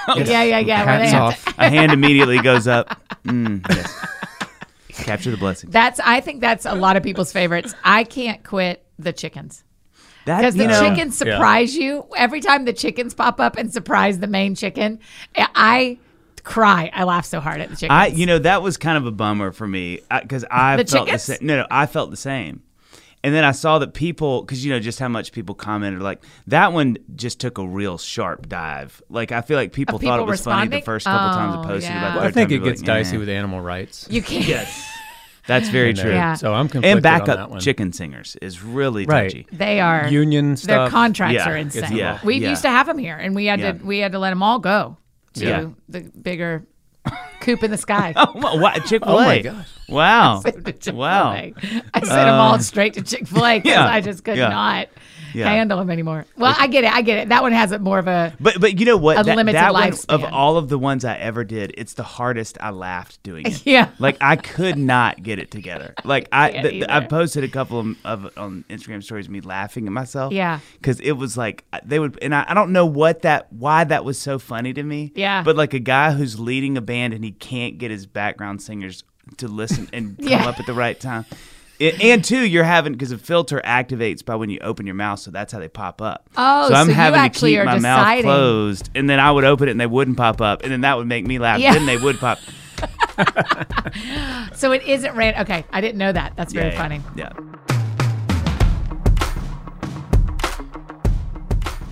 Speaker 1: <laughs>
Speaker 3: Okay.
Speaker 1: Yeah, yeah, yeah. where they
Speaker 3: Hats
Speaker 1: have to-
Speaker 3: off.
Speaker 2: A hand immediately goes up. Mm,
Speaker 1: <laughs>
Speaker 2: yes. Capture the blessing.
Speaker 1: That's I think that's a lot of people's favorites. I can't quit the chickens.
Speaker 2: That
Speaker 1: Because
Speaker 2: you
Speaker 1: the
Speaker 2: know,
Speaker 1: chickens surprise you every time the chickens pop up and surprise the main chicken. I- I cry. I laugh so hard at the chickens.
Speaker 2: I, you know, that was kind of a bummer for me because I,
Speaker 1: The
Speaker 2: felt the
Speaker 1: chickens?
Speaker 2: same. No, no, I felt the same. And then I saw that people, because you know just how much people commented, like that one just took a real sharp dive. Like I feel like people, thought it
Speaker 1: people
Speaker 2: was funny
Speaker 1: responding?
Speaker 2: the first couple times
Speaker 1: Oh,
Speaker 2: I posted.
Speaker 1: yeah.
Speaker 2: About the
Speaker 1: Well,
Speaker 3: I
Speaker 2: third
Speaker 3: think
Speaker 2: time
Speaker 3: it
Speaker 2: people were
Speaker 3: gets
Speaker 2: like,
Speaker 3: dicey
Speaker 2: "Eh."
Speaker 3: with uh, animal rights.
Speaker 1: you can't.
Speaker 2: That's very true.
Speaker 1: Yeah.
Speaker 3: So I'm conflicted
Speaker 2: And
Speaker 3: on that
Speaker 2: backup
Speaker 3: one.
Speaker 2: chicken singers is really
Speaker 3: Right.
Speaker 2: touchy. <laughs>
Speaker 1: They are
Speaker 3: Union stuff.
Speaker 1: Their contracts
Speaker 2: Yeah.
Speaker 1: are
Speaker 2: It's
Speaker 1: insane.
Speaker 2: yeah,
Speaker 1: We
Speaker 2: yeah.
Speaker 1: used to have them here, and we had
Speaker 2: Yeah.
Speaker 1: to we had to let them all go to
Speaker 2: Yeah.
Speaker 1: the bigger coop in the sky. <laughs>
Speaker 2: Oh my, what Chick Fil A!
Speaker 3: Oh my gosh.
Speaker 2: Wow,
Speaker 1: to Chick-fil-A.
Speaker 2: wow. Uh,
Speaker 1: I sent them all straight to Chick Fil A because
Speaker 2: yeah,
Speaker 1: I just could
Speaker 2: yeah,
Speaker 1: not
Speaker 2: yeah.
Speaker 1: handle them anymore. Well, I get it. I get it. That one has it more of a
Speaker 2: But but you know what?
Speaker 1: A
Speaker 2: that
Speaker 1: limited
Speaker 2: that one, of
Speaker 1: lifespan.
Speaker 2: all of the ones I ever did, it's the hardest I laughed doing it.
Speaker 1: <laughs> Yeah.
Speaker 2: like I could not get it together. Like I,
Speaker 1: can't
Speaker 2: th- th- I
Speaker 1: either.
Speaker 2: posted a couple of, of on Instagram stories of me laughing at myself.
Speaker 1: Yeah.
Speaker 2: because it was like I- they would, and I, I don't know what that why that was so funny to me.
Speaker 1: Yeah.
Speaker 2: but like a guy who's leading a band and he can't get his background singers to listen and
Speaker 1: <laughs>
Speaker 2: come
Speaker 1: Yeah.
Speaker 2: up at the right time. It, and two, you're having because a filter activates by when you open your mouth, so that's how they pop up.
Speaker 1: Oh,
Speaker 2: so I'm
Speaker 1: so you
Speaker 2: having to
Speaker 1: actually
Speaker 2: keep
Speaker 1: are
Speaker 2: my mouth
Speaker 1: deciding.
Speaker 2: closed, and then I would open it and they wouldn't pop up, and then that would make me laugh.
Speaker 1: Yeah.
Speaker 2: Then they would pop.
Speaker 1: so it isn't ran. Okay, I didn't know that. That's <laughs> very
Speaker 2: Yeah,
Speaker 1: funny.
Speaker 2: Yeah.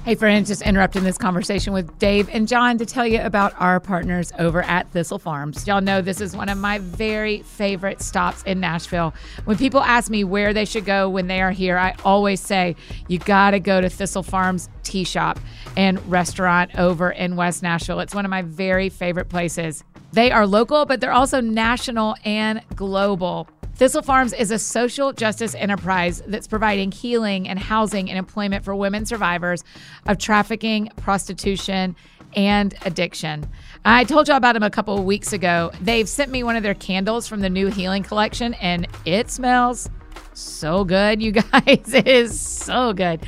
Speaker 1: Hey, friends, just interrupting this conversation with Dave and John to tell you about our partners over at Thistle Farms. Y'all know this is one of my very favorite stops in Nashville. When people ask me where they should go when they are here, I always say, you got to go to Thistle Farms Tea Shop and Restaurant over in West Nashville. It's one of my very favorite places. They are local, but they're also national and global. Thistle Farms is a social justice enterprise that's providing healing and housing and employment for women survivors of trafficking, prostitution, and addiction. I told y'all about them a couple of weeks ago. They've sent me one of their candles from the new healing collection, and it smells so good, you <laughs> guys. It is so good.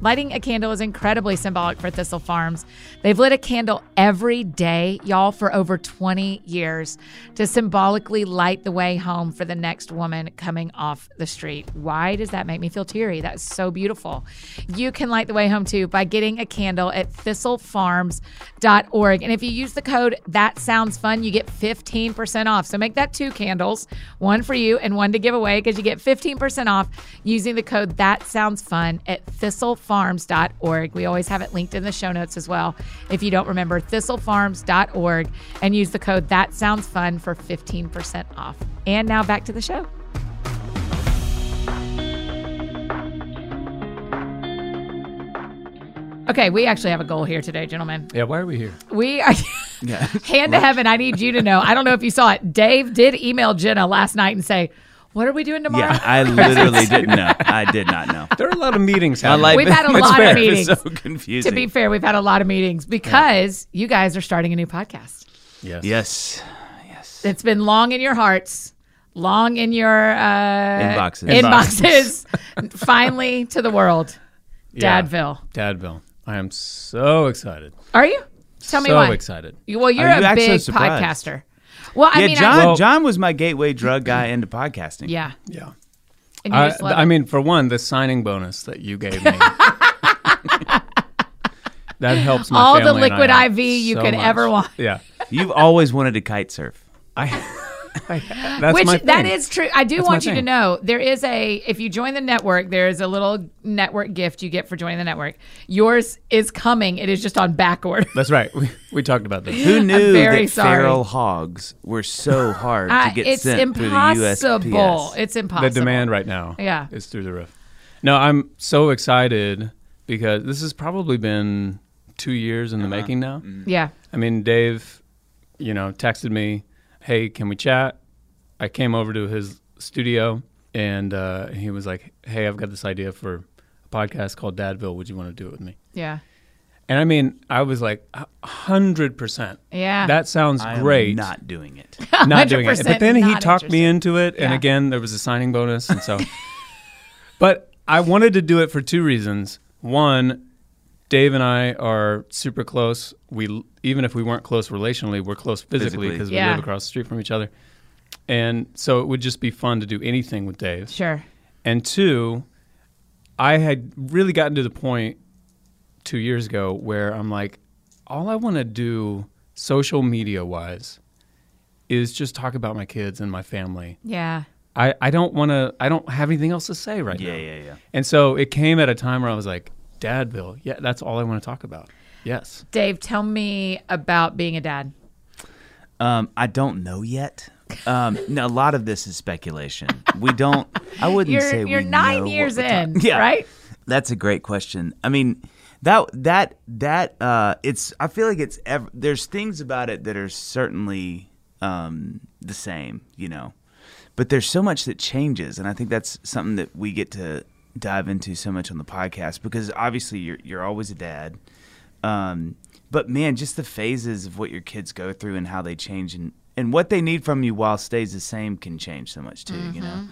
Speaker 1: Lighting a candle is incredibly symbolic for Thistle Farms. They've lit a candle every day, y'all, for over 20 years to symbolically light the way home for the next woman coming off the street. Why does that make me feel teary? That's so beautiful. You can light the way home too by getting a candle at thistlefarms.org. And if you use the code that sounds fun, you get 15% off. So make that two candles, one for you and one to give away because you get 15% off using the code that sounds fun at thistlefarms.org. We always have it linked in the show notes as well. If you don't remember, thistlefarms.org and use the code that sounds fun for 15% off. And now back to the show. Okay, we actually have a goal here today, gentlemen.
Speaker 3: Yeah, why are we here?
Speaker 1: We <laughs> are
Speaker 2: Yeah.
Speaker 1: hand to heaven. I need you to know. I don't know if you saw it. Dave did email Jenna last night and say, "What are we doing tomorrow?" <laughs>
Speaker 2: Yeah, I literally didn't know. I did not know.
Speaker 3: There are a lot of <laughs> meetings
Speaker 2: My
Speaker 3: happening.
Speaker 2: life
Speaker 1: We've had a
Speaker 2: is
Speaker 1: lot of
Speaker 2: fair.
Speaker 1: meetings.
Speaker 2: It's so confusing.
Speaker 1: to be fair, we've had a lot of meetings because you guys are starting a new podcast.
Speaker 3: Yes.
Speaker 2: yes.
Speaker 1: It's been long in your hearts, long in your uh,
Speaker 2: Inboxes.
Speaker 1: inboxes.
Speaker 2: <laughs>
Speaker 1: Finally, to the world,
Speaker 3: Yeah.
Speaker 1: Dadville.
Speaker 3: Dadville. I am so excited.
Speaker 1: Are you? Tell me
Speaker 3: so
Speaker 1: why.
Speaker 3: excited.
Speaker 1: You- Well, you're
Speaker 2: Are you
Speaker 1: a
Speaker 2: actually
Speaker 1: big
Speaker 2: surprised?
Speaker 1: podcaster. Well, I
Speaker 2: Yeah,
Speaker 1: mean,
Speaker 2: John.
Speaker 1: I,
Speaker 3: Well-
Speaker 2: John was my gateway drug guy into podcasting.
Speaker 1: yeah.
Speaker 3: Yeah.
Speaker 1: And you
Speaker 3: I,
Speaker 1: just love
Speaker 3: I
Speaker 1: it.
Speaker 3: mean, for one, the signing bonus that you gave
Speaker 1: <laughs>
Speaker 3: me. that helps my
Speaker 1: All the
Speaker 3: family and
Speaker 1: liquid
Speaker 3: I out
Speaker 1: IV you
Speaker 3: so
Speaker 1: could
Speaker 3: much.
Speaker 1: ever want. <laughs>
Speaker 3: Yeah.
Speaker 2: You've always wanted to kite surf.
Speaker 3: I, I that's
Speaker 1: Which
Speaker 3: my
Speaker 1: that
Speaker 3: thing.
Speaker 1: is true. I do
Speaker 3: That's
Speaker 1: want
Speaker 3: my
Speaker 1: you to
Speaker 3: thing.
Speaker 1: know there is a if you join the network, there is a little network gift you get for joining the network. Yours is coming. It is just on back
Speaker 3: <laughs>
Speaker 1: order.
Speaker 3: That's right. We, we talked about
Speaker 1: <laughs>
Speaker 3: this.
Speaker 2: Who knew
Speaker 1: very
Speaker 2: that
Speaker 1: sorry.
Speaker 2: feral hogs
Speaker 1: <laughs>
Speaker 2: were so hard
Speaker 1: I-
Speaker 2: to get
Speaker 1: it's
Speaker 2: sent through the
Speaker 1: impossible.
Speaker 2: USPS?
Speaker 1: It's impossible.
Speaker 3: the demand right now
Speaker 1: Yeah.
Speaker 3: is through the roof. No, I'm so excited because this has probably been two years in the making now.
Speaker 1: Yeah.
Speaker 3: I mean, Dave, you know, texted me, "Hey, can we chat?" I came over to his studio, and uh, he was like, "Hey, I've got this idea for a podcast called Dadville. Would you want to do it with me?"
Speaker 1: Yeah.
Speaker 3: And I mean, I was like, hundred percent.
Speaker 1: Yeah.
Speaker 3: that sounds
Speaker 2: I am
Speaker 3: great.
Speaker 2: Not doing it.
Speaker 3: not doing it.
Speaker 1: 100%
Speaker 3: But then he
Speaker 1: not
Speaker 3: talked me into it, and
Speaker 1: Yeah.
Speaker 3: again, there was a signing bonus, and
Speaker 1: <laughs>
Speaker 3: so. but I wanted to do it for two reasons. One, Dave and I are super close. We l- even if we weren't close relationally, we're close physically
Speaker 2: Physically.
Speaker 3: because we
Speaker 1: Yeah.
Speaker 3: live across the street from each other, and so it would just be fun to do anything with Dave.
Speaker 1: Sure.
Speaker 3: And two, I had really gotten to the point two years ago where I'm like, all I want to do social media wise is just talk about my kids and my family.
Speaker 1: Yeah.
Speaker 3: I, I don't want to, I don't have anything else to say right
Speaker 2: Yeah,
Speaker 3: now.
Speaker 2: yeah, yeah.
Speaker 3: And so it came at a time where I was like, Dadville, yeah, that's all I want to talk about. Yes.
Speaker 1: Dave, tell me about being a dad.
Speaker 2: Um, I don't know yet. Um, now, a lot of this is speculation. We don't.
Speaker 1: <laughs>
Speaker 2: I wouldn't
Speaker 1: You're-
Speaker 2: say
Speaker 1: you're
Speaker 2: we
Speaker 1: nine
Speaker 2: know what
Speaker 1: years
Speaker 2: we're ta- <laughs>
Speaker 1: in, right?
Speaker 2: That's a great question. I mean, that that that uh, it's. I feel like it's. Ev- there's things about it that are certainly um, the same, you know, but there's so much that changes, and I think that's something that we get to dive into so much on the podcast because obviously you're you're always a dad. Um, but man, just the phases of what your kids go through and how they change and, and what they need from you while stays the same can change so much too, you know?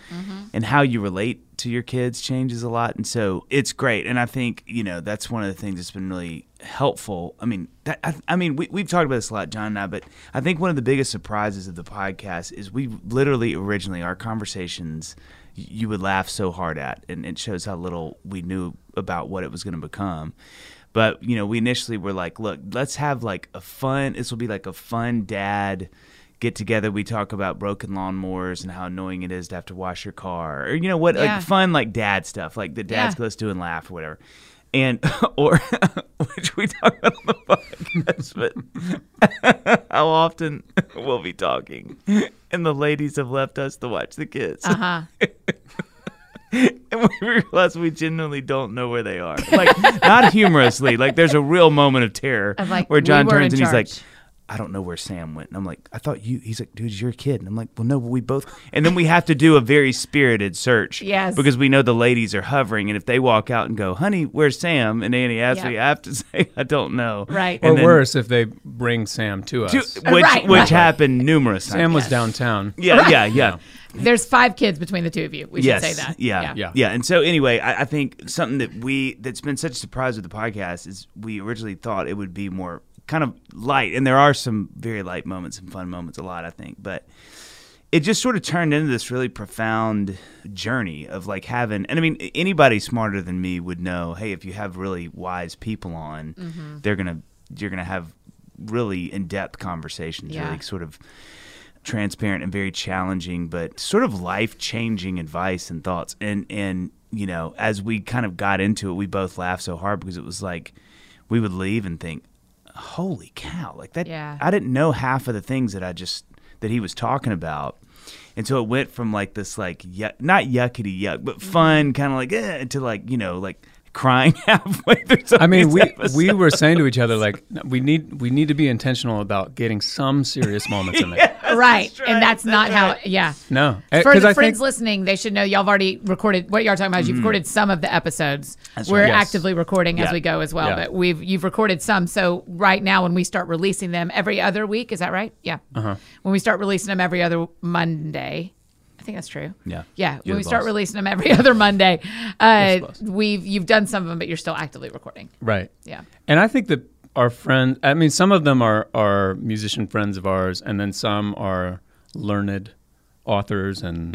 Speaker 2: And how you relate to your kids changes a lot. And so it's great. And I think, you know, that's one of the things that's been really helpful. I mean, that, I, I mean, we, we've talked about this a lot, John and I, but I think one of the biggest surprises of the podcast is we literally originally, our conversations, y- you would laugh so hard at. And it shows how little we knew about what it was going to become. But you know, we initially were like, look, let's have like a fun. This will be like a fun dad get together. We talk about broken lawnmowers and how annoying it is to have to wash your car, or you know what,
Speaker 1: Yeah.
Speaker 2: like fun like dad stuff, like the dads
Speaker 1: Yeah.
Speaker 2: let's do and laugh or whatever. And <laughs> or which we talk about on the podcast, but <laughs> how often we'll be talking, and the ladies have left us to watch the kids,
Speaker 1: Uh huh.
Speaker 2: and <laughs> we realize we genuinely don't know where they are. Like not humorously, like there's a real moment of terror
Speaker 1: Of like,
Speaker 2: where John
Speaker 1: we were
Speaker 2: turns
Speaker 1: in
Speaker 2: and he's like,
Speaker 1: charge.
Speaker 2: I don't know where Sam went. And I'm like, I thought you. He's like, dude, you're a kid. And I'm like, well, no, but we both. <laughs> And then we have to do a very spirited search.
Speaker 1: Yes.
Speaker 2: Because we know the ladies are hovering. And if they walk out and go, honey, where's Sam? And Annie asks
Speaker 1: Yeah.
Speaker 2: me, I have to <laughs> say, I don't know.
Speaker 1: Right.
Speaker 2: And
Speaker 3: or
Speaker 2: then-
Speaker 3: worse, if they bring Sam to us.
Speaker 2: To- which
Speaker 1: Right,
Speaker 2: which
Speaker 1: right.
Speaker 2: happened numerous times.
Speaker 3: Sam was downtown.
Speaker 2: Yeah, yeah, yeah.
Speaker 1: There's five kids between the two of you. We
Speaker 2: Yes.
Speaker 1: should say that.
Speaker 2: Yeah.
Speaker 1: yeah.
Speaker 2: yeah. And so anyway, I, I think something that we that's been such a surprise with the podcast is we originally thought it would be more kind of light, and there are some very light moments and fun moments a lot, I think, but it just sort of turned into this really profound journey of like having and i mean anybody smarter than me would know hey if you have really wise people on they're gonna you're gonna have really in-depth conversations
Speaker 1: Yeah.
Speaker 2: really sort of transparent and very challenging but sort of life-changing advice and thoughts and and you know as we kind of got into it we both laughed so hard because it was like we would leave and think holy cow like that
Speaker 1: Yeah.
Speaker 2: I didn't know half of the things that I just that he was talking about. And so it went from like this like yuck, not yuckety yuck, but
Speaker 1: Mm-hmm.
Speaker 2: fun kind of like eh, to like, you know, like crying <laughs> halfway through some
Speaker 3: I mean,
Speaker 2: of
Speaker 3: we
Speaker 2: these episodes.
Speaker 3: we were saying to each other like we need we need to be intentional about getting some serious moments in there.
Speaker 2: <laughs>
Speaker 1: Right.
Speaker 2: right.
Speaker 1: And that's, not
Speaker 2: That's
Speaker 1: how, yeah.
Speaker 3: No,
Speaker 2: Eh,
Speaker 1: For
Speaker 3: because
Speaker 1: the
Speaker 3: I
Speaker 1: friends
Speaker 3: think
Speaker 1: listening, they should know y'all have already recorded what y'all are talking about. Is you've recorded some of the episodes.
Speaker 2: Mm. That's
Speaker 1: We're
Speaker 2: right.
Speaker 3: Yes.
Speaker 1: actively recording as
Speaker 2: Yeah.
Speaker 1: we go as well,
Speaker 3: Yeah.
Speaker 1: but we've you've recorded some. So right now, when we start releasing them every other week, is that right? Yeah.
Speaker 2: Uh-huh.
Speaker 1: When we start releasing them every other Monday, I think that's true.
Speaker 2: Yeah.
Speaker 1: Yeah. when
Speaker 2: You're the
Speaker 1: we start
Speaker 2: boss.
Speaker 1: releasing them every <laughs> other Monday, uh,
Speaker 3: boss.
Speaker 1: we've you've done some of them, but you're still actively recording.
Speaker 3: right.
Speaker 1: Yeah.
Speaker 3: And I think that our friends, I mean, some of them are, are musician friends of ours, and then some are learned authors and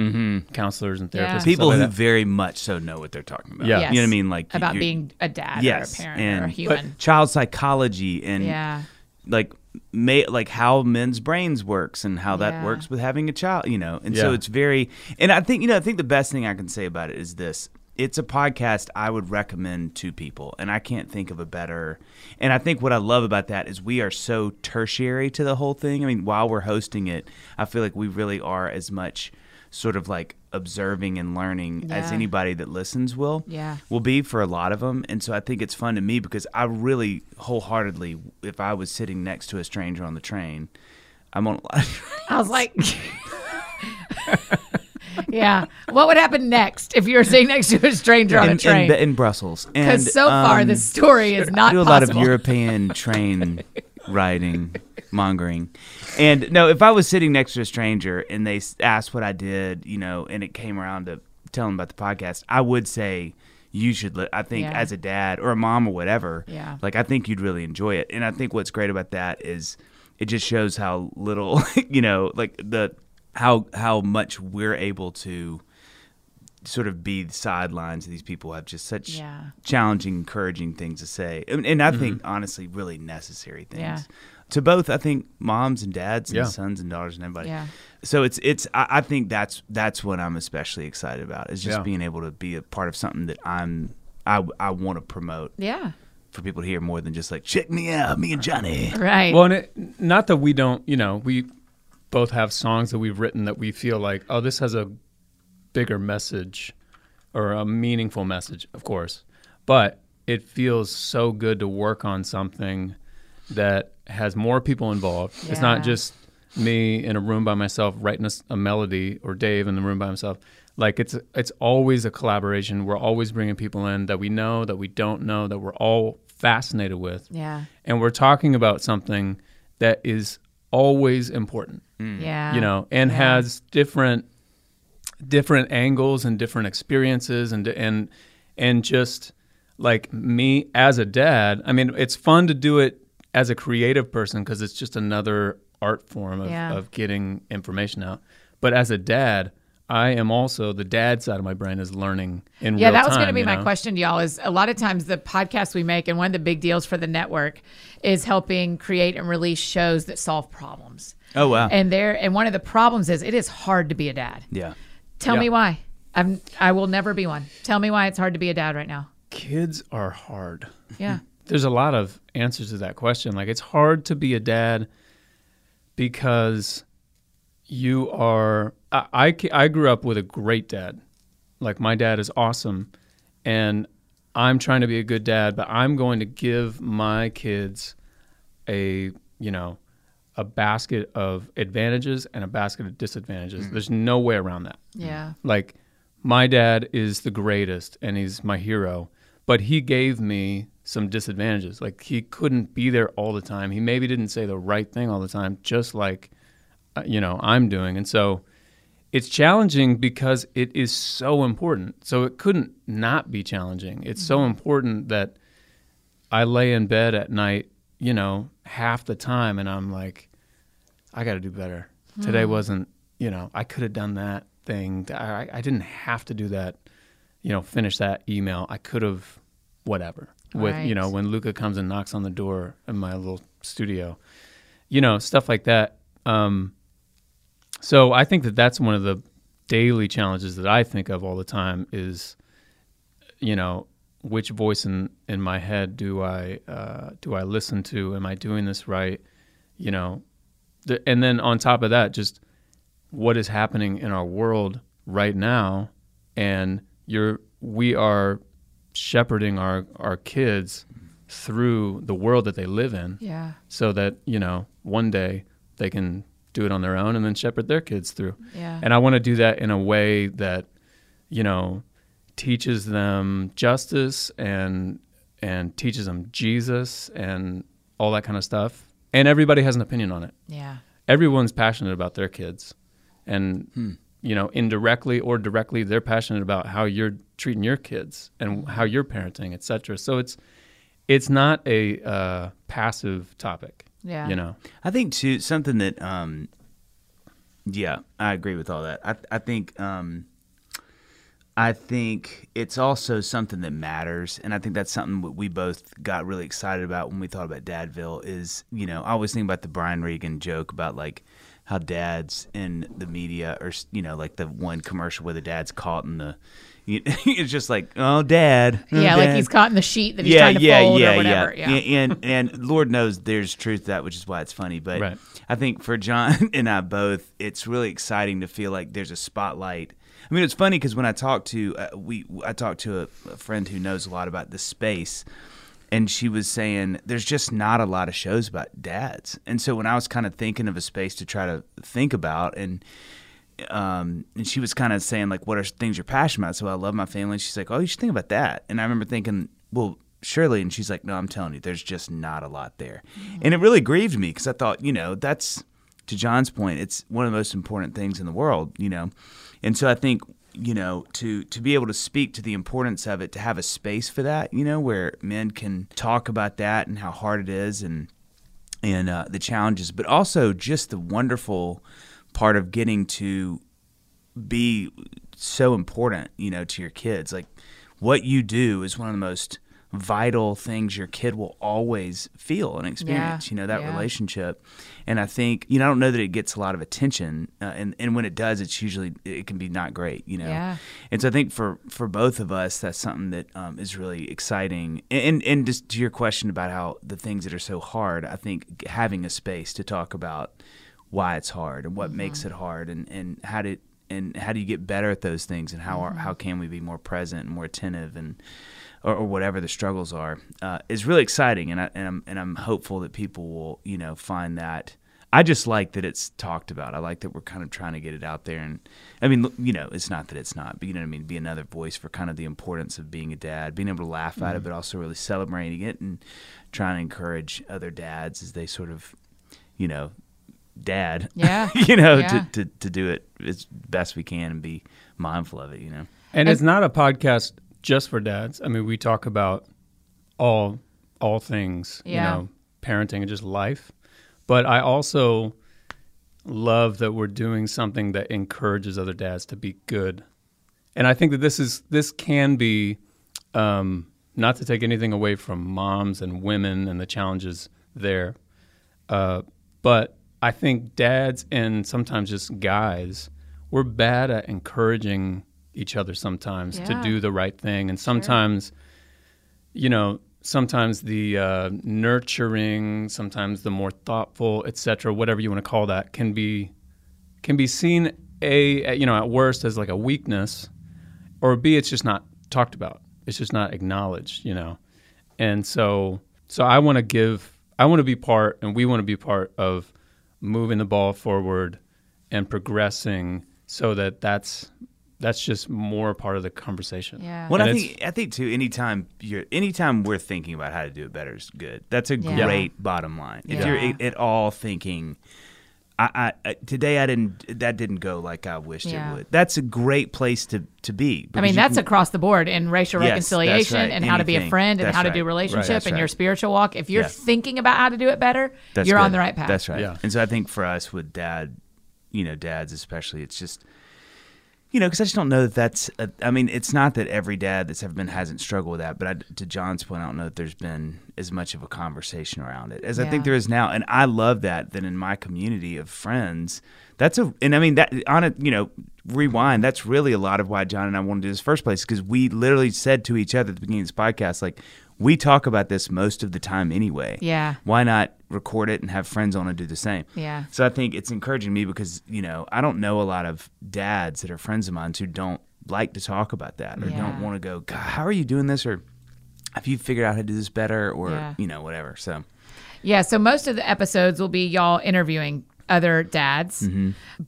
Speaker 3: counselors and therapists.
Speaker 1: Yeah.
Speaker 3: and
Speaker 2: Mm-hmm. people
Speaker 3: stuff
Speaker 2: who
Speaker 3: like that.
Speaker 2: very much so know what they're talking about.
Speaker 3: Yeah.
Speaker 2: You know what I mean? Like
Speaker 1: about
Speaker 2: you're-
Speaker 1: being a dad
Speaker 2: yes,
Speaker 1: or a parent
Speaker 2: and
Speaker 1: or a human.
Speaker 2: child psychology and
Speaker 1: yeah.
Speaker 2: like may like how men's brains works and how that
Speaker 1: Yeah.
Speaker 2: works with having a child you know and so
Speaker 3: Yeah.
Speaker 2: it's very and i think you know i think the best thing i can say about it is this it's a podcast i would recommend to people and i can't think of a better and i think what i love about that is we are so tertiary to the whole thing i mean while we're hosting it i feel like we really are as much sort of like observing and learning as
Speaker 1: Yeah.
Speaker 2: anybody that listens will
Speaker 1: Yeah.
Speaker 2: will be for a lot of them. And so I think it's fun to me because I really wholeheartedly, if I was sitting next to a stranger on the train, I'm on a lot of trains.
Speaker 1: I was
Speaker 3: <laughs>
Speaker 1: like, <laughs> yeah. What would happen next if you were sitting next to a stranger on a
Speaker 2: <laughs> in, in,
Speaker 1: train?
Speaker 2: in Brussels. And
Speaker 1: Because so far,
Speaker 2: um,
Speaker 1: this story is
Speaker 2: I
Speaker 1: not
Speaker 2: do a lot of
Speaker 1: possible. <laughs>
Speaker 2: European train riding, mongering. And no, if I was sitting next to a stranger and they s- asked what I did, you know, and it came around to telling about the podcast, I would say you should. Li- I think
Speaker 1: Yeah.
Speaker 2: as a dad or a mom or whatever,
Speaker 1: Yeah.
Speaker 2: like I think you'd really enjoy it. And I think what's great about that is it just shows how little, <laughs> you know, like the how how much we're able to sort of be the sidelines of these people who have just such
Speaker 1: Yeah.
Speaker 2: challenging, encouraging things to say, and, and I think honestly, really necessary things
Speaker 1: Mm-hmm. Yeah.
Speaker 2: to both. I think moms and dads and
Speaker 3: Yeah.
Speaker 2: sons and daughters and everybody.
Speaker 1: Yeah.
Speaker 2: So it's it's I, I think that's that's what I'm especially excited about is just
Speaker 3: Yeah.
Speaker 2: being able to be a part of something that I'm I I want to promote
Speaker 1: yeah.
Speaker 2: for people to hear more than just like check me out, me and Johnny.
Speaker 1: Right.
Speaker 3: Well, and it, not that we don't, you know, we both have songs that we've written that we feel like, oh, this has a bigger message or a meaningful message, of course. But it feels so good to work on something that has more people involved. It's
Speaker 1: Yeah.
Speaker 3: not just me in a room by myself writing a, s- a melody or Dave in the room by himself. Like it's it's always a collaboration. We're always bringing people in that we know, that we don't know, that we're all fascinated with
Speaker 1: yeah.
Speaker 3: and we're talking about something that is always important
Speaker 1: Mm. Yeah.
Speaker 3: mm, you know and has different different angles and different experiences and and and just like me as a dad i mean it's fun to do it as a creative person because it's just another art form of,
Speaker 1: Yeah.
Speaker 3: of getting information out but as a dad i am also the dad side of my brain is learning in
Speaker 1: Yeah,
Speaker 3: real
Speaker 1: that was
Speaker 3: time,
Speaker 1: going to be
Speaker 3: you
Speaker 1: my
Speaker 3: know?
Speaker 1: question to y'all. Is a lot of times the podcasts we make, and one of the big deals for the network is helping create and release shows that solve problems.
Speaker 3: Uh-huh.
Speaker 2: Oh, wow.
Speaker 1: And there, and one of the problems is it is hard to be a dad.
Speaker 2: Yeah.
Speaker 1: Tell
Speaker 3: Yeah.
Speaker 1: me why. I'm. I will never be one. Tell me why it's hard to be a dad right now.
Speaker 3: kids are hard
Speaker 1: Yeah.
Speaker 3: there's a lot of answers to that question. Like it's hard to be a dad because you are. I, I ca- I grew up with a great dad. Like my dad is awesome, and I'm trying to be a good dad, but I'm going to give my kids a you know a basket of advantages and a basket of disadvantages. There's no way around that.
Speaker 1: Yeah.
Speaker 3: Like, my dad is the greatest and he's my hero, but he gave me some disadvantages. Like, he couldn't be there all the time. He maybe didn't say the right thing all the time, just like, uh, you know, I'm doing. And so it's challenging because it is so important. So it couldn't not be challenging. It's so important that I lay in bed at night, you know, half the time and I'm like, I got to do better. Today wasn't, you know, I could have done that thing. I, I didn't have to do that, you know, finish that email. I could have, whatever. With,
Speaker 1: Right.
Speaker 3: you know, when Luca comes and knocks on the door in my little studio, you know, stuff like that. Um, so I think that that's one of the daily challenges that I think of all the time is, you know, which voice in, in my head do I uh, do I listen to? Am I doing this right? You know, the, and then on top of that, just what is happening in our world right now, and you're we are shepherding our our kids through the world that they live in
Speaker 1: Yeah.
Speaker 3: so that you know one day they can do it on their own and then shepherd their kids through
Speaker 1: Yeah.
Speaker 3: and i want to do that in a way that you know teaches them justice and and teaches them jesus and all that kind of stuff and everybody has an opinion on it
Speaker 1: Yeah.
Speaker 3: everyone's passionate about their kids and you know indirectly or directly they're passionate about how you're treating your kids and how you're parenting et cetera so it's it's not a uh, passive topic
Speaker 1: Yeah.
Speaker 3: you know
Speaker 2: I think too something that um yeah, I agree with all that. I I think um I think it's also something that matters and I think that's something that we both got really excited about when we thought about Dadville is, you know, I always think about the Brian Regan joke about like how dads in the media are, s- you know, like the one commercial where the dad's caught in the <laughs> it's just like, "Oh, dad." oh,
Speaker 1: Yeah, like
Speaker 2: dad."
Speaker 1: he's caught in the sheet that he's trying to fold or whatever. Yeah.
Speaker 2: And and and Lord knows there's truth to that, which is why it's funny. But
Speaker 3: Right.
Speaker 2: I think for John <laughs> and I both, it's really exciting to feel like there's a spotlight. I mean, it's funny because when I talked to uh, we, I talked to a, a friend who knows a lot about this space, and she was saying there's just not a lot of shows about dads. And so when I was kind of thinking of a space to try to think about and um, and she was kind of saying like, "What are things you're passionate about?" So I love my family. She's like, "Oh, you should think about that." And I remember thinking, "Well, surely." And she's like, "No, I'm telling you, there's just not a lot there," and it really grieved me because I thought, you know, that's to John's point, it's one of the most important things in the world, you know, and so I think you know to to be able to speak to the importance of it to have a space for that you know where men can talk about that and how hard it is and and uh, the challenges, but also just the wonderful part of getting to be so important, you know, to your kids. Like what you do is one of the most vital things your kid will always feel and experience. You know that
Speaker 1: yeah.
Speaker 2: relationship, and I think you know I don't know that it gets a lot of attention, uh, and and when it does, it's usually it can be not great. You know,
Speaker 1: Yeah.
Speaker 2: and so I think for for both of us, that's something that um, is really exciting. And and just to your question about how the things that are so hard, I think having a space to talk about why it's hard and what makes it hard, and and how to and how do you get better at those things, and how are, how can we be more present and more attentive and or, or whatever the struggles are uh, is really exciting, and I and I'm and I'm hopeful that people will you know find that. I just like that it's talked about. I like that we're kind of trying to get it out there. And I mean, l- you know, it's not that it's not, but you know what I mean? Be another voice for kind of the importance of being a dad, being able to laugh at
Speaker 1: Mm-hmm.
Speaker 2: it, but also really celebrating it and trying to encourage other dads as they sort of, you know, dad,
Speaker 1: Yeah.
Speaker 2: <laughs> you know,
Speaker 1: Yeah.
Speaker 2: to, to, to do it as best we can and be mindful of it, you know?
Speaker 3: and it's not a podcast just for dads i mean we talk about all all things
Speaker 1: Yeah.
Speaker 3: you know parenting and just life but i also love that we're doing something that encourages other dads to be good and i think that this is this can be um, not to take anything away from moms and women and the challenges there uh, but i think dads and sometimes just guys we're bad at encouraging each other sometimes to
Speaker 1: Yeah.
Speaker 3: do the right thing and sometimes you know sometimes the uh, nurturing sometimes the more thoughtful etc whatever you want to call that can be can be seen a you know at worst as like a weakness or b it's just not talked about it's just not acknowledged you know and so so i want to give i want to be part and we want to be part of
Speaker 4: moving the ball forward and progressing so that that's that's just more part of the conversation.
Speaker 1: Yeah.
Speaker 2: Well,
Speaker 4: And
Speaker 2: I
Speaker 4: it's-
Speaker 2: think I think too. Anytime you're, anytime we're thinking about how to do it better is good. That's a
Speaker 1: Yeah.
Speaker 2: great bottom line. If
Speaker 1: Yeah.
Speaker 2: you're a- at all thinking, I, I, I today I didn't that didn't go like I wished
Speaker 1: Yeah.
Speaker 2: it would. That's a great place to to be.
Speaker 1: I mean, that's
Speaker 2: a
Speaker 1: across the board in racial
Speaker 2: Yes, that's
Speaker 1: reconciliation
Speaker 2: right.
Speaker 1: and how to be a
Speaker 2: Anything.
Speaker 1: friend and
Speaker 2: That's
Speaker 1: how to
Speaker 2: right.
Speaker 1: do
Speaker 2: Right.
Speaker 1: relationship
Speaker 2: That's
Speaker 1: and
Speaker 2: right.
Speaker 1: your spiritual walk. If you're
Speaker 2: Yes.
Speaker 1: thinking about how to do it better,
Speaker 2: That's
Speaker 1: you're on
Speaker 2: good.
Speaker 1: the right path.
Speaker 2: That's right.
Speaker 4: Yeah.
Speaker 2: And so I think for us with dad, you know, dads especially, it's just, you know, because I just don't know that that's. A, I mean, it's not that every dad that's ever been hasn't struggled with that, but I, to John's point, I don't know that there's been as much of a conversation around it as I
Speaker 1: Yeah.
Speaker 2: think there is now. And I love that. That in my community of friends, that's a. And I mean that on a you know rewind. That's really a lot of why John and I wanted to do this first place because we literally said to each other at the beginning of this podcast like. We talk about this most of the time anyway
Speaker 1: Yeah.
Speaker 2: why not record it and have friends on and do the same?
Speaker 1: Yeah.
Speaker 2: So I think it's encouraging me because, you know, I don't know a lot of dads that are friends of mine who don't like to talk about that or
Speaker 1: Yeah.
Speaker 2: don't want to go, God, how are you doing this? Or have you figured out how to do this better? Or,
Speaker 1: Yeah.
Speaker 2: you know, whatever. So
Speaker 1: Yeah, so most of the episodes will be y'all interviewing other dads.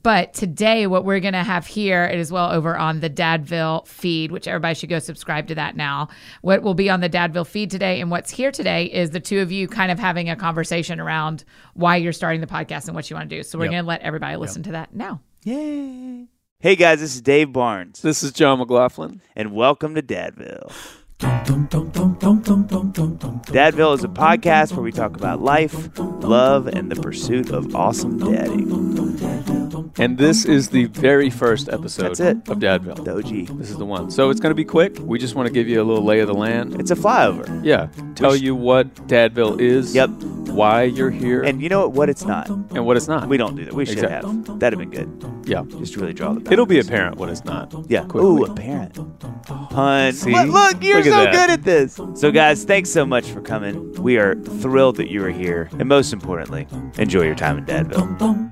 Speaker 1: But today, what we're going to have here, it is well over on the Dadville feed, which everybody should go subscribe to that now. What will be on the Dadville feed today and what's here today is the two of you kind of having a conversation around why you're starting the podcast and what you want to do. So we're
Speaker 4: Yep.
Speaker 1: going to let everybody listen to that now.
Speaker 2: yay. Hey guys, this is Dave Barnes,
Speaker 3: This is John McLaughlin.
Speaker 2: and welcome to Dadville.
Speaker 5: Dadville
Speaker 6: Dadville is a podcast where we talk about life, love, and the pursuit of awesome dadding.
Speaker 3: And this is the very first episode
Speaker 5: That's it.
Speaker 3: of Dadville.
Speaker 5: The OG.
Speaker 3: This is the one. So it's going to be quick. We just want to give you a little lay of the land.
Speaker 5: It's a flyover.
Speaker 3: Yeah. Tell you what Dadville is.
Speaker 5: Yep.
Speaker 3: Why you're here.
Speaker 5: And you know what? What it's not.
Speaker 3: and what it's not.
Speaker 5: We don't do that. We should
Speaker 3: Exactly.
Speaker 5: have. That'd have been good.
Speaker 3: Yeah.
Speaker 5: Just to really draw the boundaries.
Speaker 3: It'll be apparent what it's not.
Speaker 5: Yeah.
Speaker 3: Quickly.
Speaker 5: Ooh, apparent. Pun.
Speaker 3: See?
Speaker 5: Look, look, you're
Speaker 3: Look at
Speaker 5: so
Speaker 3: that.
Speaker 5: good at this. So, guys, thanks so much for coming. We are thrilled that you are here. And most importantly, enjoy your time in Dadville.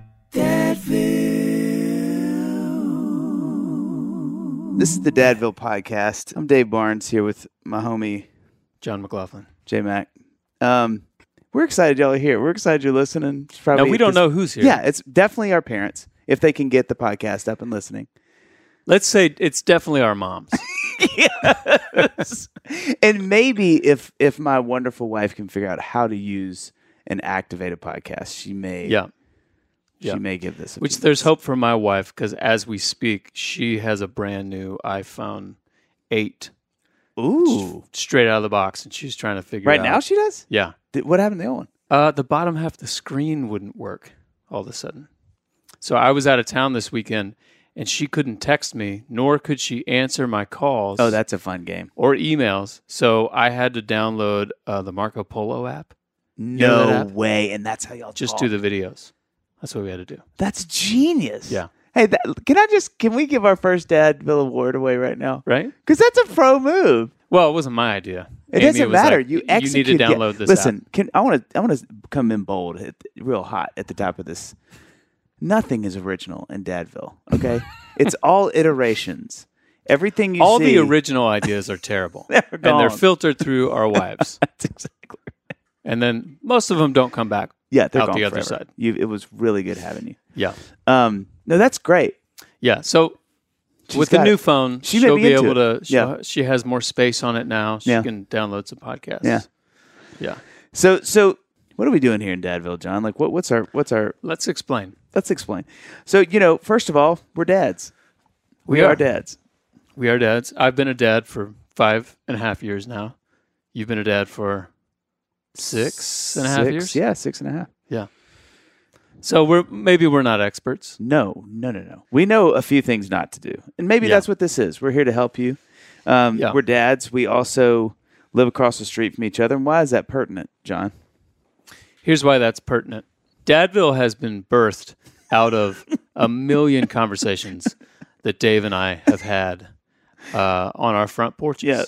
Speaker 5: This is the Dadville podcast. I'm Dave Barnes here with my homie
Speaker 3: John McLaughlin.
Speaker 5: J Mac. Um, we're excited y'all are here. We're excited you're listening. It's probably
Speaker 3: Now, we don't
Speaker 5: it's-
Speaker 3: know who's here.
Speaker 5: Yeah, it's definitely our parents if they can get the podcast up and listening.
Speaker 3: Let's say it's definitely our
Speaker 5: <laughs>
Speaker 3: moms.
Speaker 5: and maybe if if my wonderful wife can figure out how to use and activate a podcast, she may
Speaker 3: yeah.
Speaker 5: she
Speaker 3: yeah.
Speaker 5: may give this a
Speaker 3: Which
Speaker 5: few
Speaker 3: there's hope
Speaker 5: minutes.
Speaker 3: for my wife because as we speak, she has a brand new iPhone 8
Speaker 5: Ooh,
Speaker 3: straight out of the box and she's trying to figure
Speaker 5: right
Speaker 3: out.
Speaker 5: now she does.
Speaker 3: Yeah.
Speaker 5: Did- What happened to the old one?
Speaker 3: Uh, the bottom half of the screen wouldn't work all of a sudden. So I was out of town this weekend and she couldn't text me, nor could she answer my calls
Speaker 5: Oh, that's a fun game.
Speaker 3: or emails. So I had to download uh, the Marco Polo app, know
Speaker 5: No
Speaker 3: that app?
Speaker 5: way, and that's how y'all
Speaker 3: just
Speaker 5: talk.
Speaker 3: do the videos. That's what we had to do.
Speaker 5: That's genius.
Speaker 3: Yeah.
Speaker 5: Hey, that, can I just can we give our first dad Bill Award away right now?
Speaker 3: Right?
Speaker 5: Because that's a pro move.
Speaker 3: Well, it wasn't my idea.
Speaker 5: It
Speaker 3: Amy
Speaker 5: doesn't
Speaker 3: was like,
Speaker 5: matter. you execute.
Speaker 3: You need to
Speaker 5: yeah.
Speaker 3: download this app.
Speaker 5: Listen, can I want to? I want to come in bold, at, real hot at the top of this. Nothing is original in Dadville.
Speaker 3: <laughs>
Speaker 5: Okay, it's all iterations. Everything you
Speaker 3: all
Speaker 5: see.
Speaker 3: the <laughs> original ideas are terrible
Speaker 5: <laughs> They're
Speaker 3: and they're
Speaker 5: gone.
Speaker 3: filtered through
Speaker 5: <laughs>
Speaker 3: our wives
Speaker 5: That's exactly.
Speaker 3: and then most of them don't come back
Speaker 5: Yeah, they're
Speaker 3: Out
Speaker 5: gone
Speaker 3: the other
Speaker 5: forever.
Speaker 3: side.
Speaker 5: You, it was really good having you.
Speaker 3: yeah
Speaker 5: Um, no, that's great.
Speaker 3: yeah so with the
Speaker 5: got
Speaker 3: new
Speaker 5: it.
Speaker 3: phone
Speaker 5: She may
Speaker 3: she'll
Speaker 5: be
Speaker 3: be
Speaker 5: into
Speaker 3: able
Speaker 5: it.
Speaker 3: to she
Speaker 5: Yeah.
Speaker 3: she has more space on it now she
Speaker 5: Yeah.
Speaker 3: can download some podcasts
Speaker 5: Yeah.
Speaker 3: yeah
Speaker 5: So, so what are we doing here in Dadville, John? Like, what, what's our, what's our?
Speaker 3: let's explain
Speaker 5: Let's explain. So, you know, first of all, we're dads. We,
Speaker 3: are.
Speaker 5: are dads.
Speaker 3: we are dads i've been a dad for five and a half years now you've been a dad for six and a half
Speaker 5: Six,
Speaker 3: years
Speaker 5: Yeah, six and a half.
Speaker 3: so we're maybe we're not experts
Speaker 5: No, no, no, no. We know a few things not to do, and maybe
Speaker 3: Yeah.
Speaker 5: that's what this is. We're here to help you. Um,
Speaker 3: Yeah.
Speaker 5: We're dads. We also live across the street from each other. And why is that pertinent, John?
Speaker 3: Here's why that's pertinent. Dadville has been birthed out of a
Speaker 5: <laughs>
Speaker 3: million conversations that Dave and I have had uh, on our front porches.
Speaker 5: Yeah,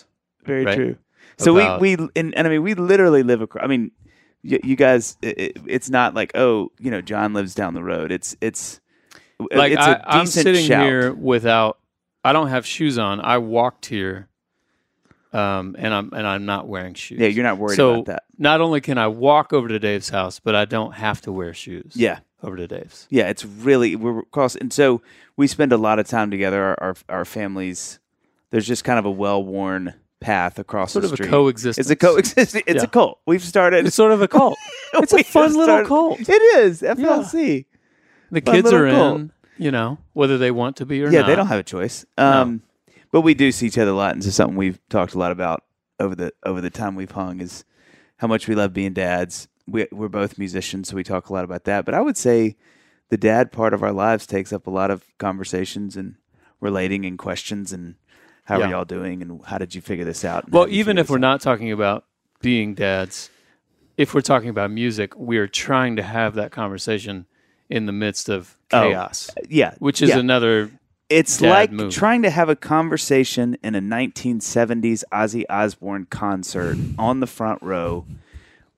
Speaker 5: very
Speaker 3: Right.
Speaker 5: true. So
Speaker 3: About-
Speaker 5: we we and, and I mean we literally live across. I mean, y- you guys, i i it's not like oh, you know, John lives down the road. It's it's
Speaker 3: Like
Speaker 5: it's a
Speaker 3: I, I'm
Speaker 5: decent
Speaker 3: sitting
Speaker 5: shout.
Speaker 3: here without, I don't have shoes on. I walked here um, and I'm and I'm not wearing shoes.
Speaker 2: Yeah, you're not worried
Speaker 3: so
Speaker 2: about that.
Speaker 3: Not only can I walk over to Dave's house, but I don't have to wear shoes.
Speaker 2: Yeah.
Speaker 3: over
Speaker 2: <laughs>
Speaker 3: to Dave's.
Speaker 2: Yeah, it's really we're cross, and so we spend a lot of time together. Our our, our families, there's just kind of a well-worn path across
Speaker 3: Sort
Speaker 2: the
Speaker 3: of a
Speaker 2: street.
Speaker 3: coexistence.
Speaker 2: It's a coexistence. It's
Speaker 3: Yeah.
Speaker 2: a cult. We've started.
Speaker 3: It's sort of a cult.
Speaker 2: <laughs>
Speaker 3: it's a
Speaker 2: we
Speaker 3: fun
Speaker 2: just
Speaker 3: little
Speaker 2: started-
Speaker 3: cult.
Speaker 2: It is FLC. <laughs>
Speaker 3: The
Speaker 2: fun
Speaker 3: kids are
Speaker 2: little cult.
Speaker 3: in, you know, whether they want to be or
Speaker 2: Yeah,
Speaker 3: not.
Speaker 2: they don't have a choice. Um, but we do see each other a lot, and this is something we've talked a lot about over the over the time we've hung is how much we love being dads. We, we're both musicians, so we talk a lot about that. But I would say the dad part of our lives takes up a lot of conversations and relating and questions and how are
Speaker 3: Yeah.
Speaker 2: y'all doing and how did you figure this out? and how
Speaker 3: Well,
Speaker 2: did you
Speaker 3: even
Speaker 2: figure
Speaker 3: if
Speaker 2: this
Speaker 3: we're
Speaker 2: out?
Speaker 3: not talking about being dads, if we're talking about music, we are trying to have that conversation in the midst of
Speaker 2: Oh.
Speaker 3: chaos,
Speaker 2: yeah,
Speaker 3: which is
Speaker 2: yeah.
Speaker 3: another.
Speaker 2: It's
Speaker 3: dad
Speaker 2: like
Speaker 3: move.
Speaker 2: trying to have a conversation in a 1970s Ozzy Osbourne concert on the front row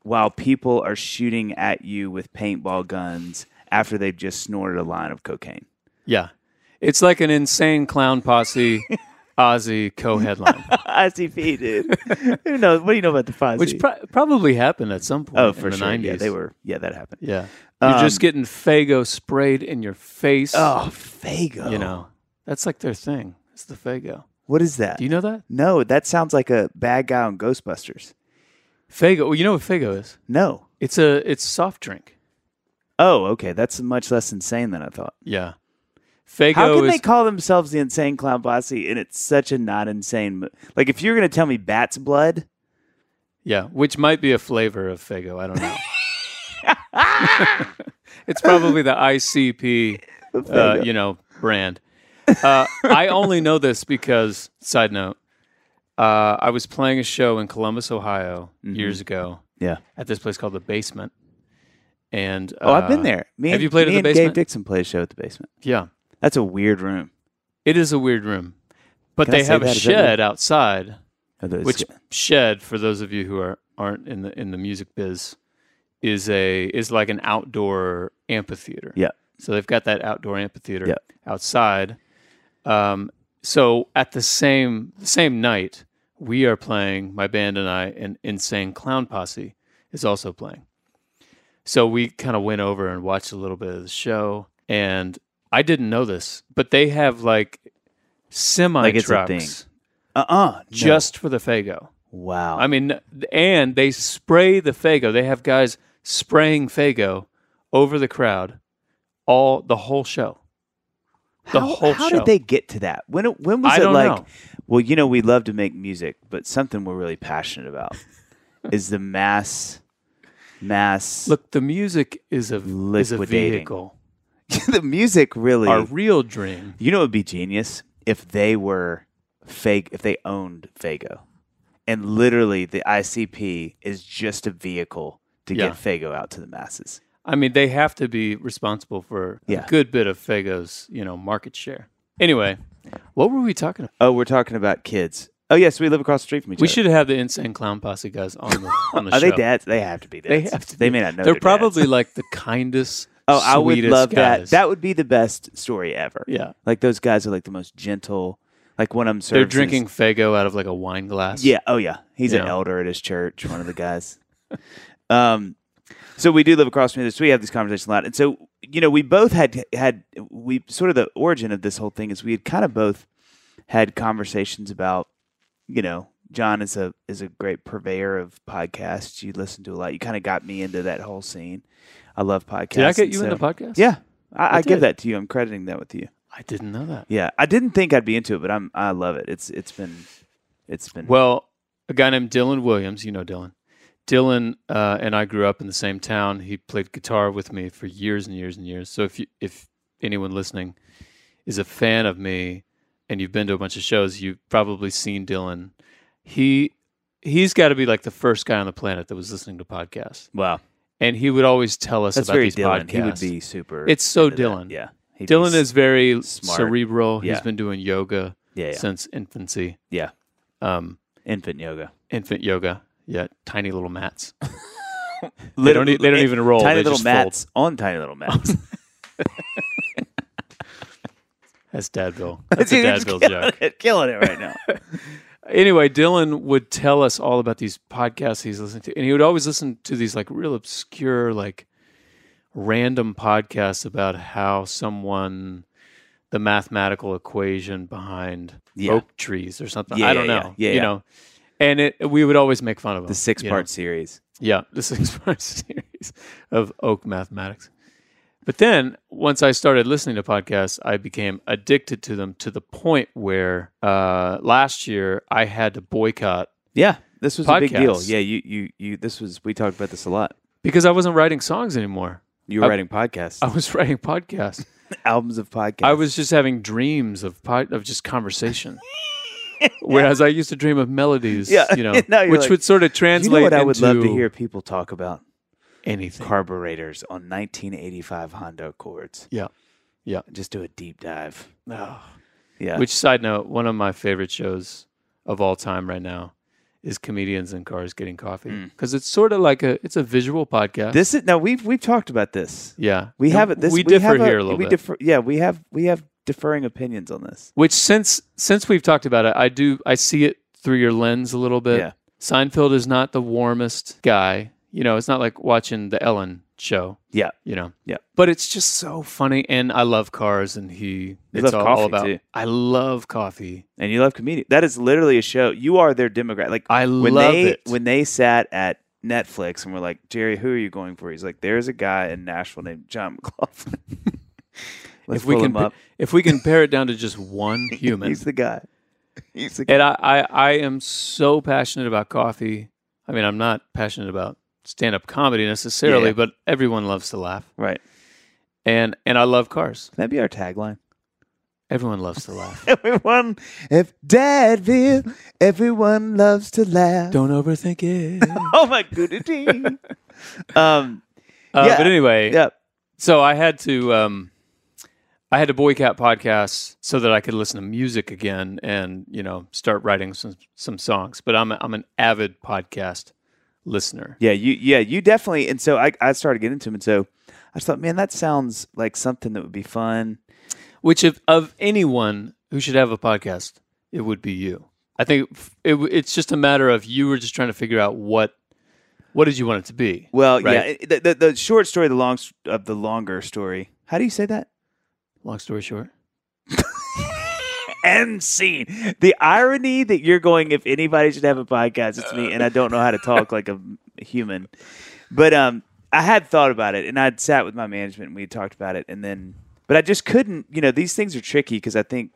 Speaker 2: while people are shooting at you with paintball guns after they've just snorted a line of cocaine. <laughs>
Speaker 3: Yeah, it's like an insane
Speaker 2: <laughs>
Speaker 3: clown posse, Ozzy co-headline,
Speaker 2: ICP,
Speaker 3: <laughs>
Speaker 2: dude. Who knows? What do you know about the Fozzy?
Speaker 3: which pro- probably happened at some point.
Speaker 2: oh, for
Speaker 3: in the
Speaker 2: sure.
Speaker 3: 90s.
Speaker 2: Yeah, they were. Yeah, that happened.
Speaker 3: Yeah, you're just getting Fago sprayed in your face.
Speaker 2: Oh, Fago.
Speaker 3: you know, that's like their thing. It's the Fago.
Speaker 2: what is that?
Speaker 3: Do you know that
Speaker 2: no, that sounds like a bad guy on Ghostbusters. Uh,
Speaker 3: Fago? Well, you know what Fago is.
Speaker 2: No.
Speaker 3: It's a it's soft drink.
Speaker 2: Oh, okay. That's much less insane than I thought.
Speaker 3: Yeah. Fago
Speaker 2: How can
Speaker 3: is
Speaker 2: they call themselves the Insane Clown Posse and it's such a not insane? Mo- like, if you're going to tell me bat's blood,
Speaker 3: yeah, which might be a flavor of Fago. I don't know. <laughs> it's probably the ICP, uh, you know, brand. Uh, I only know this because side note, uh, I was playing a show in Columbus, Ohio,
Speaker 2: Mm-hmm.
Speaker 3: years ago.
Speaker 2: Yeah.
Speaker 3: at this place called the Basement. And
Speaker 2: oh, I've been
Speaker 3: uh,
Speaker 2: there. Me
Speaker 3: have
Speaker 2: and,
Speaker 3: you played at
Speaker 2: me
Speaker 3: the
Speaker 2: and Dave
Speaker 3: basement?
Speaker 2: Dixon played a show at the basement.
Speaker 3: Yeah,
Speaker 2: That's a weird room.
Speaker 3: it is a weird room, but
Speaker 2: Can I
Speaker 3: they
Speaker 2: say
Speaker 3: have a
Speaker 2: that? Is that weird?
Speaker 3: shed outside.
Speaker 2: Oh, those-
Speaker 3: which shed for those of you who are aren't in the in the music biz is a is like an outdoor amphitheater.
Speaker 2: Yeah.
Speaker 3: So they've got that outdoor amphitheater
Speaker 2: Yeah.
Speaker 3: outside. Um, so at the same the same night, we are playing my band and I and Insane Clown Posse is also playing. So we kind of went over and watched a little bit of the show, and I didn't know this, but they have like semi
Speaker 2: it's
Speaker 3: trucks
Speaker 2: a thing. uh uh
Speaker 3: Uh-uh. just for the Fago.
Speaker 2: wow.
Speaker 3: I mean, and they spray the Fago. They have guys spraying Fago over the crowd, all the whole show. The
Speaker 2: how,
Speaker 3: whole
Speaker 2: how
Speaker 3: show.
Speaker 2: did they get to that? When it- when was
Speaker 3: I
Speaker 2: it
Speaker 3: don't
Speaker 2: like?
Speaker 3: know.
Speaker 2: Well, you know, we love to make music, but something we're really passionate
Speaker 3: <laughs>
Speaker 2: about is the mass, mass.
Speaker 3: Look, the music is a is a
Speaker 2: Liquidating.
Speaker 3: vehicle.
Speaker 2: <laughs> the music really.
Speaker 3: Our real dream.
Speaker 2: You know, it would be genius if they were fake, if they owned Fago. And literally, the ICP is just a vehicle to
Speaker 3: Yeah.
Speaker 2: get Fago out to the masses.
Speaker 3: I mean, they have to be responsible for
Speaker 2: Yeah.
Speaker 3: a good bit of Fago's, you know, market share. Anyway, what were we talking about?
Speaker 2: Oh, we're talking about kids. Oh, yes, we live across the street from each
Speaker 3: We
Speaker 2: other.
Speaker 3: should have the Insane Clown Posse guys on
Speaker 2: <laughs>
Speaker 3: the on the
Speaker 2: Are
Speaker 3: show.
Speaker 2: they dads? They have to be dads.
Speaker 3: They have to.
Speaker 2: They
Speaker 3: be.
Speaker 2: may not know.
Speaker 3: They're
Speaker 2: dads.
Speaker 3: probably like the kindest.
Speaker 2: Oh, I would
Speaker 3: sweetest
Speaker 2: love that.
Speaker 3: guys.
Speaker 2: That would be the best story ever.
Speaker 3: Yeah.
Speaker 2: Like those guys are like the most gentle. Like one of them serves.
Speaker 3: They're
Speaker 2: is-
Speaker 3: drinking Fago out of like a wine glass.
Speaker 2: Yeah. Oh, yeah. He's
Speaker 3: You
Speaker 2: an
Speaker 3: know.
Speaker 2: elder at his church. One of the guys. <laughs> um, so we do live across from each other. So we have this conversation a lot, and so you know, we both had had we sort of the origin of this whole thing is we had kind of both had conversations about you know John is a is a great purveyor of podcasts. You listen to a lot. You kind of got me into that whole scene. I love podcasts.
Speaker 3: Did I get
Speaker 2: and
Speaker 3: you
Speaker 2: so-
Speaker 3: in the podcast?
Speaker 2: Yeah. I, I give
Speaker 3: did.
Speaker 2: that to you. I'm crediting that with you.
Speaker 3: I didn't know that.
Speaker 2: Yeah, I didn't think I'd be into it, but I'm. I love it. It's it's been, it's been.
Speaker 3: Well, a guy named Dylan Williams, you know Dylan. Dylan uh, and I grew up in the same town. He played guitar with me for years and years and years. So if you, if anyone listening is a fan of me and you've been to a bunch of shows, you've probably seen Dylan. He he's got to be like the first guy on the planet that was listening to podcasts.
Speaker 2: wow.
Speaker 3: And he would always tell us
Speaker 2: That's
Speaker 3: about
Speaker 2: very
Speaker 3: these
Speaker 2: Dylan.
Speaker 3: podcasts.
Speaker 2: He would be super.
Speaker 3: It's so
Speaker 2: into that.
Speaker 3: Dylan.
Speaker 2: Yeah. He'd be
Speaker 3: Dylan
Speaker 2: s-
Speaker 3: is very
Speaker 2: smart.
Speaker 3: cerebral.
Speaker 2: Yeah.
Speaker 3: He's been doing yoga
Speaker 2: Yeah. Yeah.
Speaker 3: since infancy.
Speaker 2: yeah.
Speaker 3: Um,
Speaker 2: Infant yoga.
Speaker 3: infant yoga. Yeah, tiny little mats.
Speaker 2: They
Speaker 3: don't e- they don't even roll,
Speaker 2: Tiny
Speaker 3: they
Speaker 2: little
Speaker 3: just fold.
Speaker 2: mats on tiny little
Speaker 3: <laughs>
Speaker 2: mats.
Speaker 3: That's Dadville. That's a
Speaker 2: Dude, you're just <laughs>
Speaker 3: Dadville
Speaker 2: killing
Speaker 3: joke. <laughs>
Speaker 2: It, killing it right now.
Speaker 3: anyway, Dylan would tell us all about these podcasts he's listening to, and he would always listen to these like real obscure, like random podcasts about how someone the mathematical equation behind
Speaker 2: Yeah.
Speaker 3: oak trees or something.
Speaker 2: Yeah,
Speaker 3: I don't
Speaker 2: yeah,
Speaker 3: know.
Speaker 2: yeah. Yeah,
Speaker 3: you
Speaker 2: yeah.
Speaker 3: know. And it, we would always make fun of him.
Speaker 2: The six
Speaker 3: you know.
Speaker 2: part series.
Speaker 3: Yeah, <laughs> the six part series of Oak Mathematics. But then once I started listening to podcasts, I became addicted to them to the point where uh, last year I had to boycott
Speaker 2: Yeah. This was a big deal.
Speaker 3: Podcasts.
Speaker 2: Yeah, you you you this was we talked about this a lot.
Speaker 3: because I wasn't writing songs anymore. <laughs>
Speaker 2: You were
Speaker 3: I-
Speaker 2: writing podcasts.
Speaker 3: I was writing podcasts.
Speaker 2: albums of podcasts.
Speaker 3: I was just having dreams of pod, of
Speaker 2: <laughs>
Speaker 3: just conversation. Whereas I used to dream of melodies,
Speaker 2: Yeah,
Speaker 3: you know,
Speaker 2: <laughs> now you're
Speaker 3: which
Speaker 2: like,
Speaker 3: would sort of
Speaker 2: you
Speaker 3: translate
Speaker 2: know what I would
Speaker 3: into
Speaker 2: love to hear people talk about?
Speaker 3: anything.
Speaker 2: Carburetors on 1985 Honda Accords.
Speaker 3: Yeah. Yeah.
Speaker 2: Just do a deep dive.
Speaker 3: Oh.
Speaker 2: Yeah.
Speaker 3: Which side note, one of my favorite shows of all time right now is comedians in cars getting coffee because it's sort of like a it's a visual podcast.
Speaker 2: Hmm. this is now we've we've talked about this.
Speaker 3: yeah,
Speaker 2: We
Speaker 3: And
Speaker 2: have it. This
Speaker 3: we,
Speaker 2: we
Speaker 3: differ
Speaker 2: have
Speaker 3: here a little
Speaker 2: we
Speaker 3: bit.
Speaker 2: Differ, yeah, we have we have differing opinions on this.
Speaker 3: Which since since we've talked about it, I do I see it through your lens a little bit.
Speaker 2: Yeah.
Speaker 3: Seinfeld is not the warmest guy. You know, it's not like watching the Ellen show.
Speaker 2: Yeah.
Speaker 3: You know.
Speaker 2: Yeah.
Speaker 3: But it's just so funny, and I love cars, and he
Speaker 2: You
Speaker 3: it's
Speaker 2: love
Speaker 3: all, all
Speaker 2: coffee,
Speaker 3: about.
Speaker 2: too.
Speaker 3: I love coffee.
Speaker 2: And you love comedian. That is literally a show. You are their demographic. Like
Speaker 3: I
Speaker 2: when
Speaker 3: love
Speaker 2: they
Speaker 3: it.
Speaker 2: when they sat at Netflix and were like, Jerry, who are you going for? He's like, there's a guy in Nashville named John McLaughlin. <laughs> Let's
Speaker 3: if we
Speaker 2: pull
Speaker 3: can
Speaker 2: him up.
Speaker 3: pa- <laughs> if we can pare it down to just one
Speaker 2: <laughs>
Speaker 3: human,
Speaker 2: He's the guy. He's the guy.
Speaker 3: and I, I I am so passionate about coffee. I mean, I'm not passionate about stand up comedy necessarily,
Speaker 2: Yeah.
Speaker 3: but everyone loves to laugh,
Speaker 2: Right.
Speaker 3: and and I love cars.
Speaker 2: Can that be our
Speaker 3: <laughs>
Speaker 2: tagline?
Speaker 3: Everyone loves
Speaker 2: <laughs>
Speaker 3: to laugh.
Speaker 2: Everyone, if Dadville, everyone loves to laugh.
Speaker 3: Don't overthink it.
Speaker 2: <laughs> Oh my goodity.
Speaker 3: <laughs>
Speaker 2: um,
Speaker 3: Uh,
Speaker 2: Yeah.
Speaker 3: But anyway,
Speaker 2: yeah.
Speaker 3: so I had to um, I had to boycott podcasts so that I could listen to music again and you know start writing some some songs. But I'm a, I'm an avid podcast listener.
Speaker 2: Yeah, you yeah, you definitely and so I, I started getting into him and so I just thought, man, that sounds like something that would be fun.
Speaker 3: Which of of anyone who should have a podcast, it would be you. I think f- it, w- it's just a matter of you were just trying to figure out what what did you want it to be.
Speaker 2: Well, yeah,
Speaker 3: Right.
Speaker 2: it- the, the the short story, the long s- of the longer story. How do you say that?
Speaker 3: Long story short, <laughs>
Speaker 2: End scene. The irony that you're going, if anybody should have a podcast, it's me, and I don't know how to talk like a human. But um, I had thought about it, and I'd sat with my management, and we had talked about it, and then, but I just couldn't. You know, these things are tricky because I think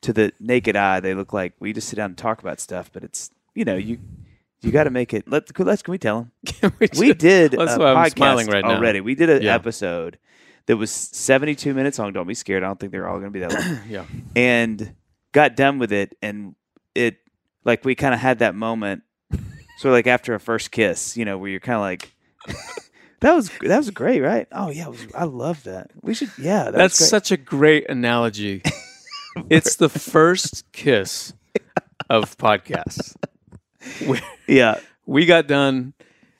Speaker 2: to the naked eye, they look like we just sit down and talk about stuff, but it's you know you you got to make it. Let let's can we tell them?
Speaker 3: <laughs>
Speaker 2: we did
Speaker 3: That's
Speaker 2: a
Speaker 3: why I'm
Speaker 2: podcast
Speaker 3: smiling right now.
Speaker 2: already. We did an
Speaker 3: Yeah.
Speaker 2: episode that was 72 minutes long. Don't be scared. I don't think they're all going to be that long.
Speaker 3: Yeah.
Speaker 2: And got done with it. And it, like, we kind of had that moment, sort of like after a first kiss, you know, where you're kind of like, <laughs> that was that was great, right? Oh, yeah. It was, I love that. We should, yeah. That
Speaker 3: that's
Speaker 2: was great.
Speaker 3: such a
Speaker 2: <laughs>
Speaker 3: great analogy. it's the first kiss of podcasts.
Speaker 2: Yeah.
Speaker 3: we got done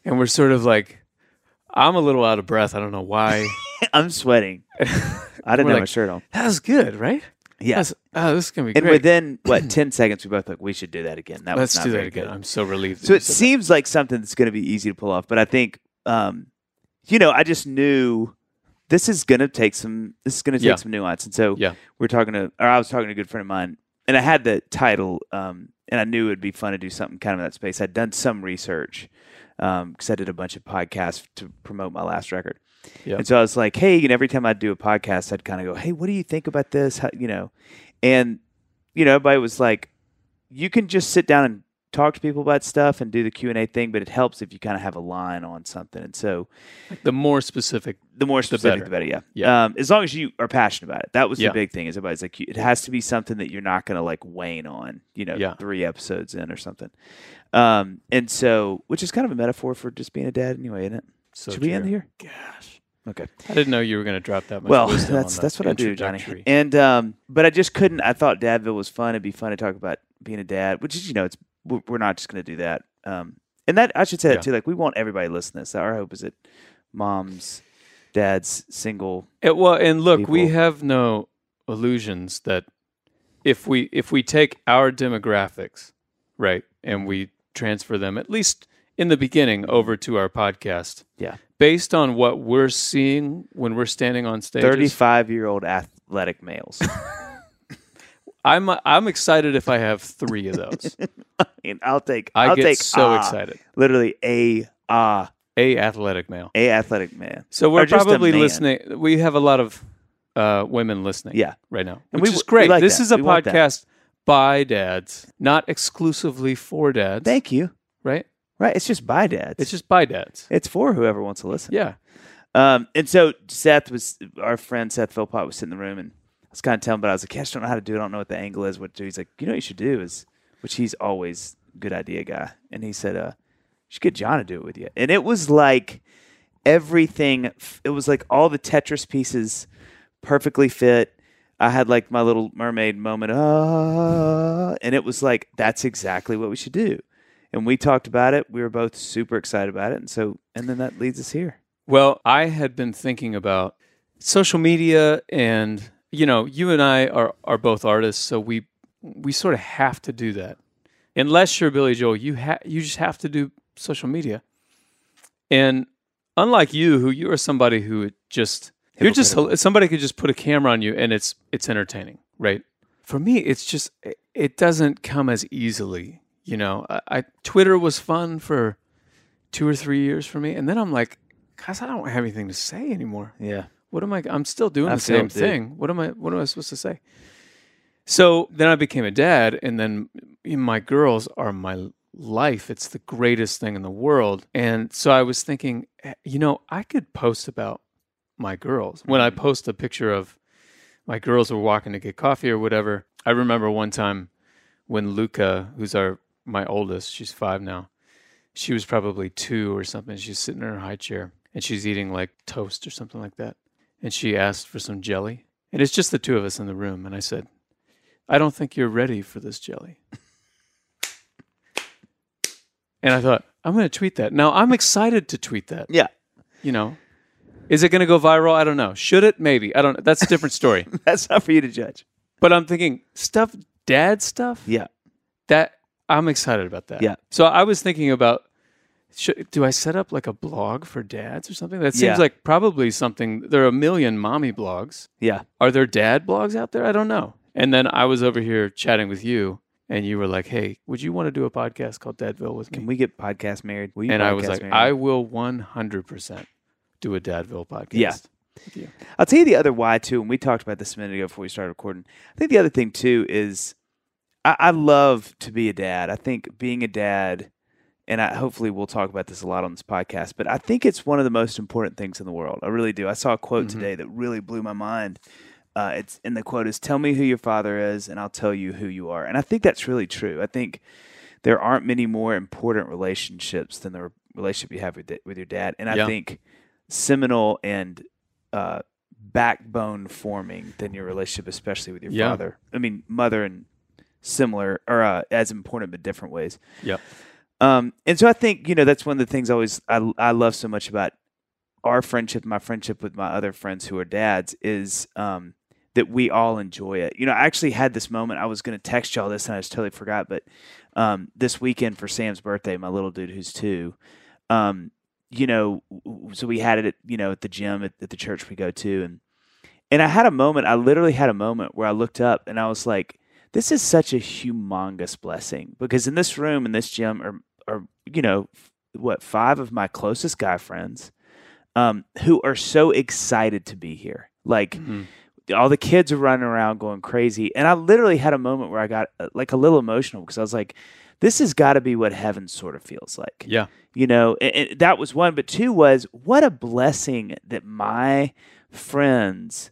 Speaker 3: and we're sort of like i'm a little out of breath i don't
Speaker 2: <laughs>
Speaker 3: know why
Speaker 2: I'm
Speaker 3: <laughs>
Speaker 2: sweating. I didn't
Speaker 3: We're
Speaker 2: have my
Speaker 3: like-
Speaker 2: shirt on.
Speaker 3: that was good right
Speaker 2: Yeah.
Speaker 3: That's- oh, this is gonna be
Speaker 2: and
Speaker 3: great
Speaker 2: within,
Speaker 3: <clears throat>
Speaker 2: what, 10 seconds, we both like, we should do that again. That
Speaker 3: let's
Speaker 2: was not
Speaker 3: do that
Speaker 2: very
Speaker 3: again
Speaker 2: good.
Speaker 3: i'm so relieved
Speaker 2: So
Speaker 3: that
Speaker 2: it
Speaker 3: we said
Speaker 2: seems like something that's going to be easy to pull off, but I think, um, you know, I just knew this is going to take some. This is going to take
Speaker 3: Yeah.
Speaker 2: some nuance, and so
Speaker 3: Yeah.
Speaker 2: we're talking to, or I was talking to a good friend of mine, and I had the title, um, and I knew it'd be fun to do something kind of in that space. I'd done some research because I did a bunch of podcasts to promote my last record,
Speaker 3: Yeah.
Speaker 2: and so I was like, hey, and every time I'd do a podcast, I'd kind of go, hey, what do you think about this? How, you know, and you know, everybody was like, you can just sit down and talk to people about stuff and do the Q and A thing, but it helps if you kind of have a line on something. And so
Speaker 3: that. the more specific
Speaker 2: the more specific,
Speaker 3: better.
Speaker 2: the better. Yeah.
Speaker 3: Yeah.
Speaker 2: Um, as long as you are passionate about it, that was
Speaker 3: Yeah.
Speaker 2: the big thing. Is everybody's like, you- it has to be something that you're not going to like wane on. You know,
Speaker 3: Yeah.
Speaker 2: three episodes in or something. Um, and so, which is kind of a metaphor for just being a dad, anyway, isn't it?
Speaker 3: so
Speaker 2: Should we end
Speaker 3: true.
Speaker 2: here?
Speaker 3: gosh
Speaker 2: Okay.
Speaker 3: i didn't know you were gonna drop that much
Speaker 2: Well,
Speaker 3: wisdom on
Speaker 2: that's
Speaker 3: the
Speaker 2: that's what I do, Johnny.
Speaker 3: introductory.
Speaker 2: And um, but I just couldn't. I thought Dadville was fun. It'd be fun to talk about being a dad, which is you know, it's we're we're not just going to do that. Um, and that I should say
Speaker 3: Yeah.
Speaker 2: that too. Like we want everybody to listen to this. Our hope is that moms, dads, single.
Speaker 3: It, well, and look, we
Speaker 2: people.
Speaker 3: have no illusions that if we if we take our demographics, right? And we transfer them, at least in the beginning, over to our podcast.
Speaker 2: Yeah.
Speaker 3: Based on what we're seeing when we're standing on stage.
Speaker 2: 35 year old athletic
Speaker 3: <laughs>
Speaker 2: males.
Speaker 3: I'm I'm excited if I have three
Speaker 2: <laughs>
Speaker 3: of those.
Speaker 2: and I'll take,
Speaker 3: I
Speaker 2: will
Speaker 3: get
Speaker 2: take
Speaker 3: so
Speaker 2: ah,
Speaker 3: excited.
Speaker 2: Literally a, ah,
Speaker 3: A athletic male.
Speaker 2: a athletic man.
Speaker 3: So we're
Speaker 2: Or just a
Speaker 3: probably
Speaker 2: man.
Speaker 3: listening. We have a lot of uh, women listening.
Speaker 2: Yeah.
Speaker 3: right now,
Speaker 2: And
Speaker 3: which
Speaker 2: we-
Speaker 3: is great.
Speaker 2: we like
Speaker 3: this
Speaker 2: that.
Speaker 3: is a
Speaker 2: We want that.
Speaker 3: podcast by dads, not exclusively for dads.
Speaker 2: Thank you.
Speaker 3: right?
Speaker 2: Right. It's just by dads.
Speaker 3: It's just by dads.
Speaker 2: it's for whoever wants to listen.
Speaker 3: Yeah,
Speaker 2: Um, and so Seth was our friend Seth Philpott was sitting in the room and I was kind of telling him, but I was like, "Yeah, I just don't know how to do it. I don't know what the angle is. What to do? He's like, you know what you should do is, which he's always good idea guy. And he said, uh, you should get John to do it with you. And it was like everything. f- It was like all the Tetris pieces perfectly fit. I had like my little mermaid moment, ah, and it was like that's exactly what we should do. And we talked about it. We were both super excited about it, and so and then that leads us here.
Speaker 3: Well, I had been thinking about social media and you know, you and I are are both artists, so we we sort of have to do that. Unless you're Billy Joel, you ha- you just have to do social media. And unlike you who you are somebody who it just you're just somebody could just put a camera on you and it's it's entertaining, right? For me, it's just it- it doesn't come as easily, you know. I, I Twitter was fun for two or three years for me, and then I'm like, guys, I don't have anything to say anymore.
Speaker 2: Yeah.
Speaker 3: What am I? I'm still doing
Speaker 2: I
Speaker 3: the
Speaker 2: feel
Speaker 3: same
Speaker 2: it, dude.
Speaker 3: thing. What am I? What am I supposed to say? So then I became a dad, and then my girls are my life. It's the greatest thing in the world. And so I was thinking, eh, you know, I could post about my girls. When I post a picture of my girls were walking to get coffee or whatever, I remember one time when Luca, who's our my oldest, she's five now, she was probably two or something. She's sitting in her high chair and she's eating like toast or something like that. And she asked for some jelly. And it's just the two of us in the room. And I said, I don't think you're ready for this jelly. and I thought, I'm going to tweet that. Now I'm excited to tweet that.
Speaker 2: Yeah. <laughs>
Speaker 3: You know, is it going to go viral? I don't know. Should it? Maybe. I don't know. That's a different story.
Speaker 2: That's not for you to judge.
Speaker 3: but I'm thinking, stuff, dad stuff?
Speaker 2: Yeah.
Speaker 3: that I'm excited about that.
Speaker 2: Yeah.
Speaker 3: So I was thinking about should, do I set up like a blog for dads or something? That seems
Speaker 2: Yeah.
Speaker 3: like probably something. There are a million mommy blogs.
Speaker 2: Yeah.
Speaker 3: Are there dad blogs out there? I don't know. And then I was over here chatting with you, and you were like, "Hey, would you want to do a podcast called Dadville with me?"
Speaker 2: Can we get podcast married? Will you
Speaker 3: and I
Speaker 2: podcast
Speaker 3: was like,
Speaker 2: married?
Speaker 3: "I will 100 percent do a Dadville podcast."
Speaker 2: Yeah. I'll tell you the other why too, and we talked about this a minute ago before we started recording. I think the other thing too is I, I love to be a dad. I think being a dad, and I hopefully we'll talk about this a lot on this podcast, but I think it's one of the most important things in the world. I really do. I saw a quote today that really blew my mind. Uh, it's and the quote is "Tell me who your father is, and I'll tell you who you are." And I think that's really true. I think there aren't many more important relationships than the re- relationship you have with, with your dad, and I
Speaker 3: Yeah.
Speaker 2: think seminal and uh, backbone forming than your relationship, especially with your
Speaker 3: Yeah.
Speaker 2: father. I mean, mother and similar or uh, as important but different ways.
Speaker 3: Yep.
Speaker 2: Um, and so I think you know that's one of the things I always I, I love so much about our friendship, my friendship with my other friends who are dads is um, that we all enjoy it. You know, I actually had this moment. I was going to text y'all this and I just totally forgot. But um, this weekend for Sam's birthday, my little dude who's two, um, you know, w- w- so we had it, at, you know, at the gym at, at the church we go to, and and I had a moment. I literally had a moment where I looked up and I was like, "This is such a humongous blessing," because in this room in this gym are are you know f- what five of my closest guy friends, um, who are so excited to be here, like
Speaker 3: Mhm.
Speaker 2: all the kids are running around going crazy and i literally had a moment where i got uh, like a little emotional because i was like this has got to be what heaven sort of feels like
Speaker 3: Yeah.
Speaker 2: you know and, and that was one but two was what a blessing that my friends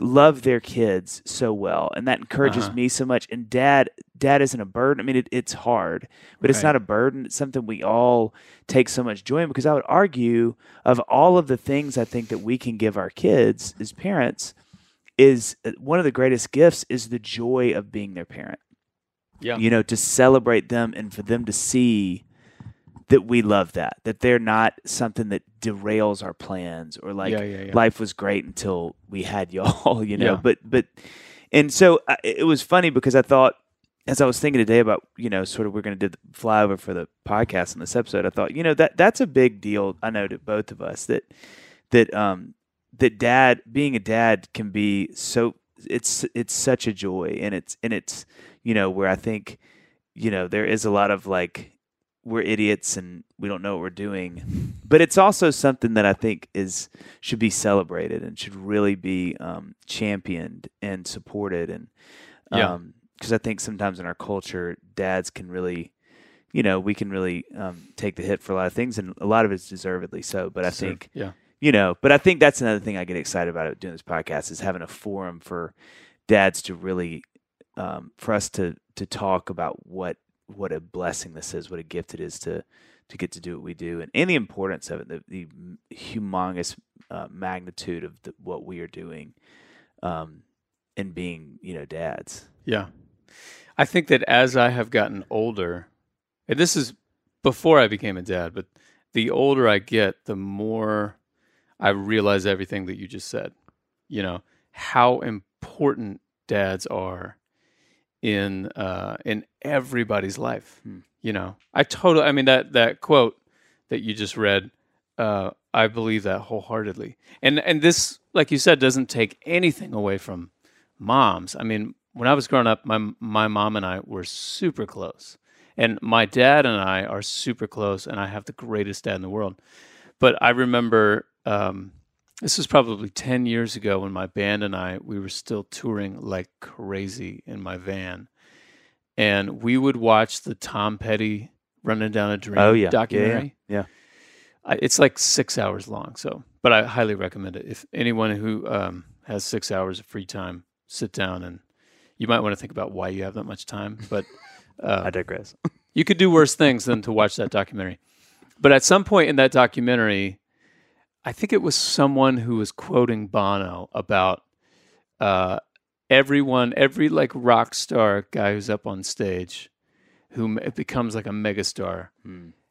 Speaker 2: love their kids so well and that encourages
Speaker 3: Uh-huh.
Speaker 2: me so much and dad dad isn't a burden i mean it, it's hard but it's
Speaker 3: Right.
Speaker 2: not a burden it's something we all take so much joy in because i would argue of all of the things i think that we can give our kids as parents is uh, one of the greatest gifts is the joy of being their parent
Speaker 3: Yeah.
Speaker 2: you know to celebrate them and for them to see that we love that that they're not something that derails our plans or like
Speaker 3: yeah, yeah, yeah.
Speaker 2: life was great until we had y'all, <laughs> you know.
Speaker 3: Yeah.
Speaker 2: But but and so I, it was funny because I thought as I was thinking today about you know sort of we're going to do the flyover for the podcast on this episode, I thought you know that that's a big deal. I know to both of us that that um that dad being a dad can be so it's it's such a joy and it's and it's you know where I think you know there is a lot of like we're idiots and we don't know what we're doing but it's also something that i think is should be celebrated and should really be um, championed and supported and
Speaker 7: Yeah.
Speaker 2: um 'cause because i think sometimes in our culture dads can really you know we can really um, take the hit for a lot of things and a lot of it's deservedly so but i
Speaker 7: Deserved,
Speaker 2: think
Speaker 3: yeah.
Speaker 2: you know but i think that's another thing i get excited about doing this podcast is having a forum for dads to really um, for us to to talk about what what a blessing this is, what a gift it is to to get to do what we do, and, and the importance of it, the, the m- humongous uh, magnitude of the, what we are doing, um, and being you know dads.
Speaker 3: Yeah. I think that as I have gotten older, and this is before I became a dad, but the older I get, the more I realize everything that you just said. You know, how important dads are in uh in everybody's life.
Speaker 2: Hmm.
Speaker 3: You know, I totally I mean that that quote that you just read, uh I believe that wholeheartedly. And and this like you said doesn't take anything away from moms. I mean, when I was growing up, my my mom and I were super close, and my dad and I are super close, and I have the greatest dad in the world. But I remember um, this was probably ten years ago when my band and I we were still touring like crazy in my van, and we would watch the Tom Petty "Running Down a Dream"
Speaker 2: Oh, yeah. Yeah, yeah.
Speaker 3: documentary.
Speaker 2: Yeah.
Speaker 3: I, it's like six hours long. So, but I highly recommend it. If anyone who um, has six hours of free time, sit down and you might want to think about why you have that much time. But uh,
Speaker 2: I digress. <laughs>
Speaker 3: you could do worse things than to watch that documentary. But at some point in that documentary, I think it was someone who was quoting Bono about uh, everyone, every like rock star guy who's up on stage, who m- becomes like a megastar,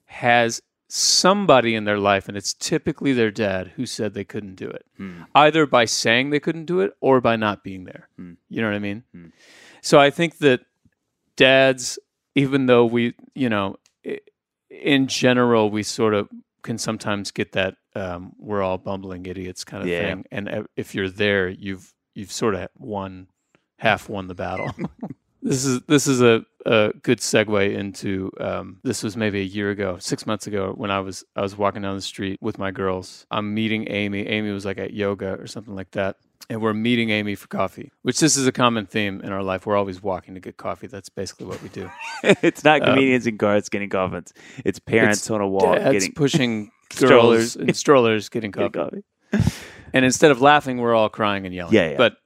Speaker 3: has somebody in their life, and it's typically their dad who said they couldn't do it, either by saying they couldn't do it or by not being there. You know what I mean? So I think that dads even though we, you know, i- in general, we sort of can sometimes get that um, we're all bumbling idiots kind of
Speaker 2: Yeah.
Speaker 3: thing. And uh, if you're there, you've you've sort of won half won the battle. this is this is a, a good segue into um, this was maybe a year ago, six months ago, when I was I was walking down the street with my girls. I'm meeting Amy. Amy was like at yoga or something like that. And we're meeting Amy for coffee, which this is a common theme in our life. We're always walking to get coffee. That's basically what
Speaker 2: <laughs>
Speaker 3: we do.
Speaker 2: it's not
Speaker 3: Um,
Speaker 2: comedians in cars getting coffins. It's parents on a wall
Speaker 3: dads
Speaker 2: getting <laughs>
Speaker 3: pushing
Speaker 2: Strollers. <laughs>
Speaker 3: strollers and strollers getting
Speaker 2: getting
Speaker 3: coffee.
Speaker 2: coffee,
Speaker 3: And instead of laughing, we're all crying and yelling.
Speaker 2: Yeah, yeah.
Speaker 3: But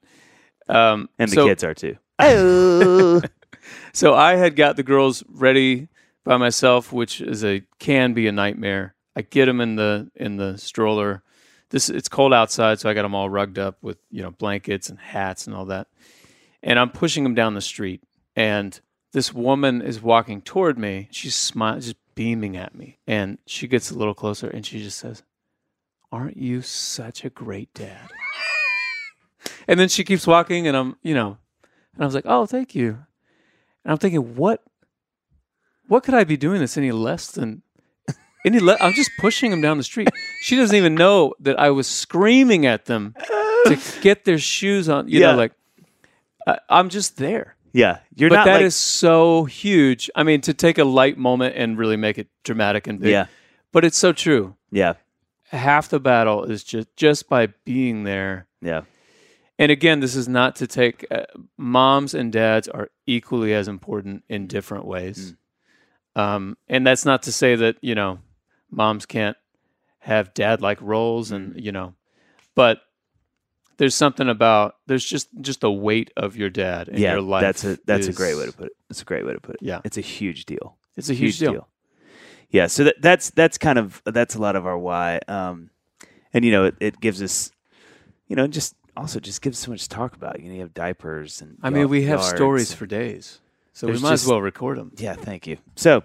Speaker 3: um,
Speaker 2: and the
Speaker 3: so-
Speaker 2: kids are too. Oh,
Speaker 3: <laughs> So I had got the girls ready by myself, which is a can be a nightmare. I get them in the in the stroller. This it's cold outside, so I got them all rugged up with you know blankets and hats and all that. And I'm pushing them down the street, and this woman is walking toward me. She's smiling, just beaming at me, and she gets a little closer, and she just says, "Aren't you such a great dad?" <laughs> and then she keeps walking, and I'm you know, and I was like, "Oh, thank you." And I'm thinking, what, what could I be doing this any less than, any le- I'm just pushing them down the street. She doesn't even know that I was screaming at them to get their shoes on. You
Speaker 2: Yeah.
Speaker 3: know, like I, I'm just there.
Speaker 2: yeah, you're
Speaker 3: but
Speaker 2: not
Speaker 3: that is
Speaker 2: like
Speaker 3: so huge. I mean, to take a light moment and really make it dramatic and big.
Speaker 2: yeah,
Speaker 3: But it's so true.
Speaker 2: yeah,
Speaker 3: Half the battle is just just by being there.
Speaker 2: yeah.
Speaker 3: And again, this is not to take uh, moms and dads are equally as important
Speaker 2: Mm.
Speaker 3: in different ways. Um, and that's not to say that, you know, moms can't have dad like roles
Speaker 2: Mm.
Speaker 3: and, you know, but there's something about there's just just the weight of your dad in your life.
Speaker 2: That's a that's a great
Speaker 3: is-
Speaker 2: way to put it. That's a great way to put it.
Speaker 3: Yeah.
Speaker 2: It's a huge deal.
Speaker 3: It's a huge, deal.
Speaker 2: Yeah, so that, that's that's kind of that's a lot of our why. Um and you know, it, it gives us you know, just also just gives so much to talk about. You know, you have diapers and
Speaker 3: I mean,
Speaker 2: yard-
Speaker 3: we have
Speaker 2: yards
Speaker 3: stories
Speaker 2: and-
Speaker 3: for days. So
Speaker 2: There's
Speaker 3: we might
Speaker 2: just-
Speaker 3: as well record them.
Speaker 2: Yeah, thank you. So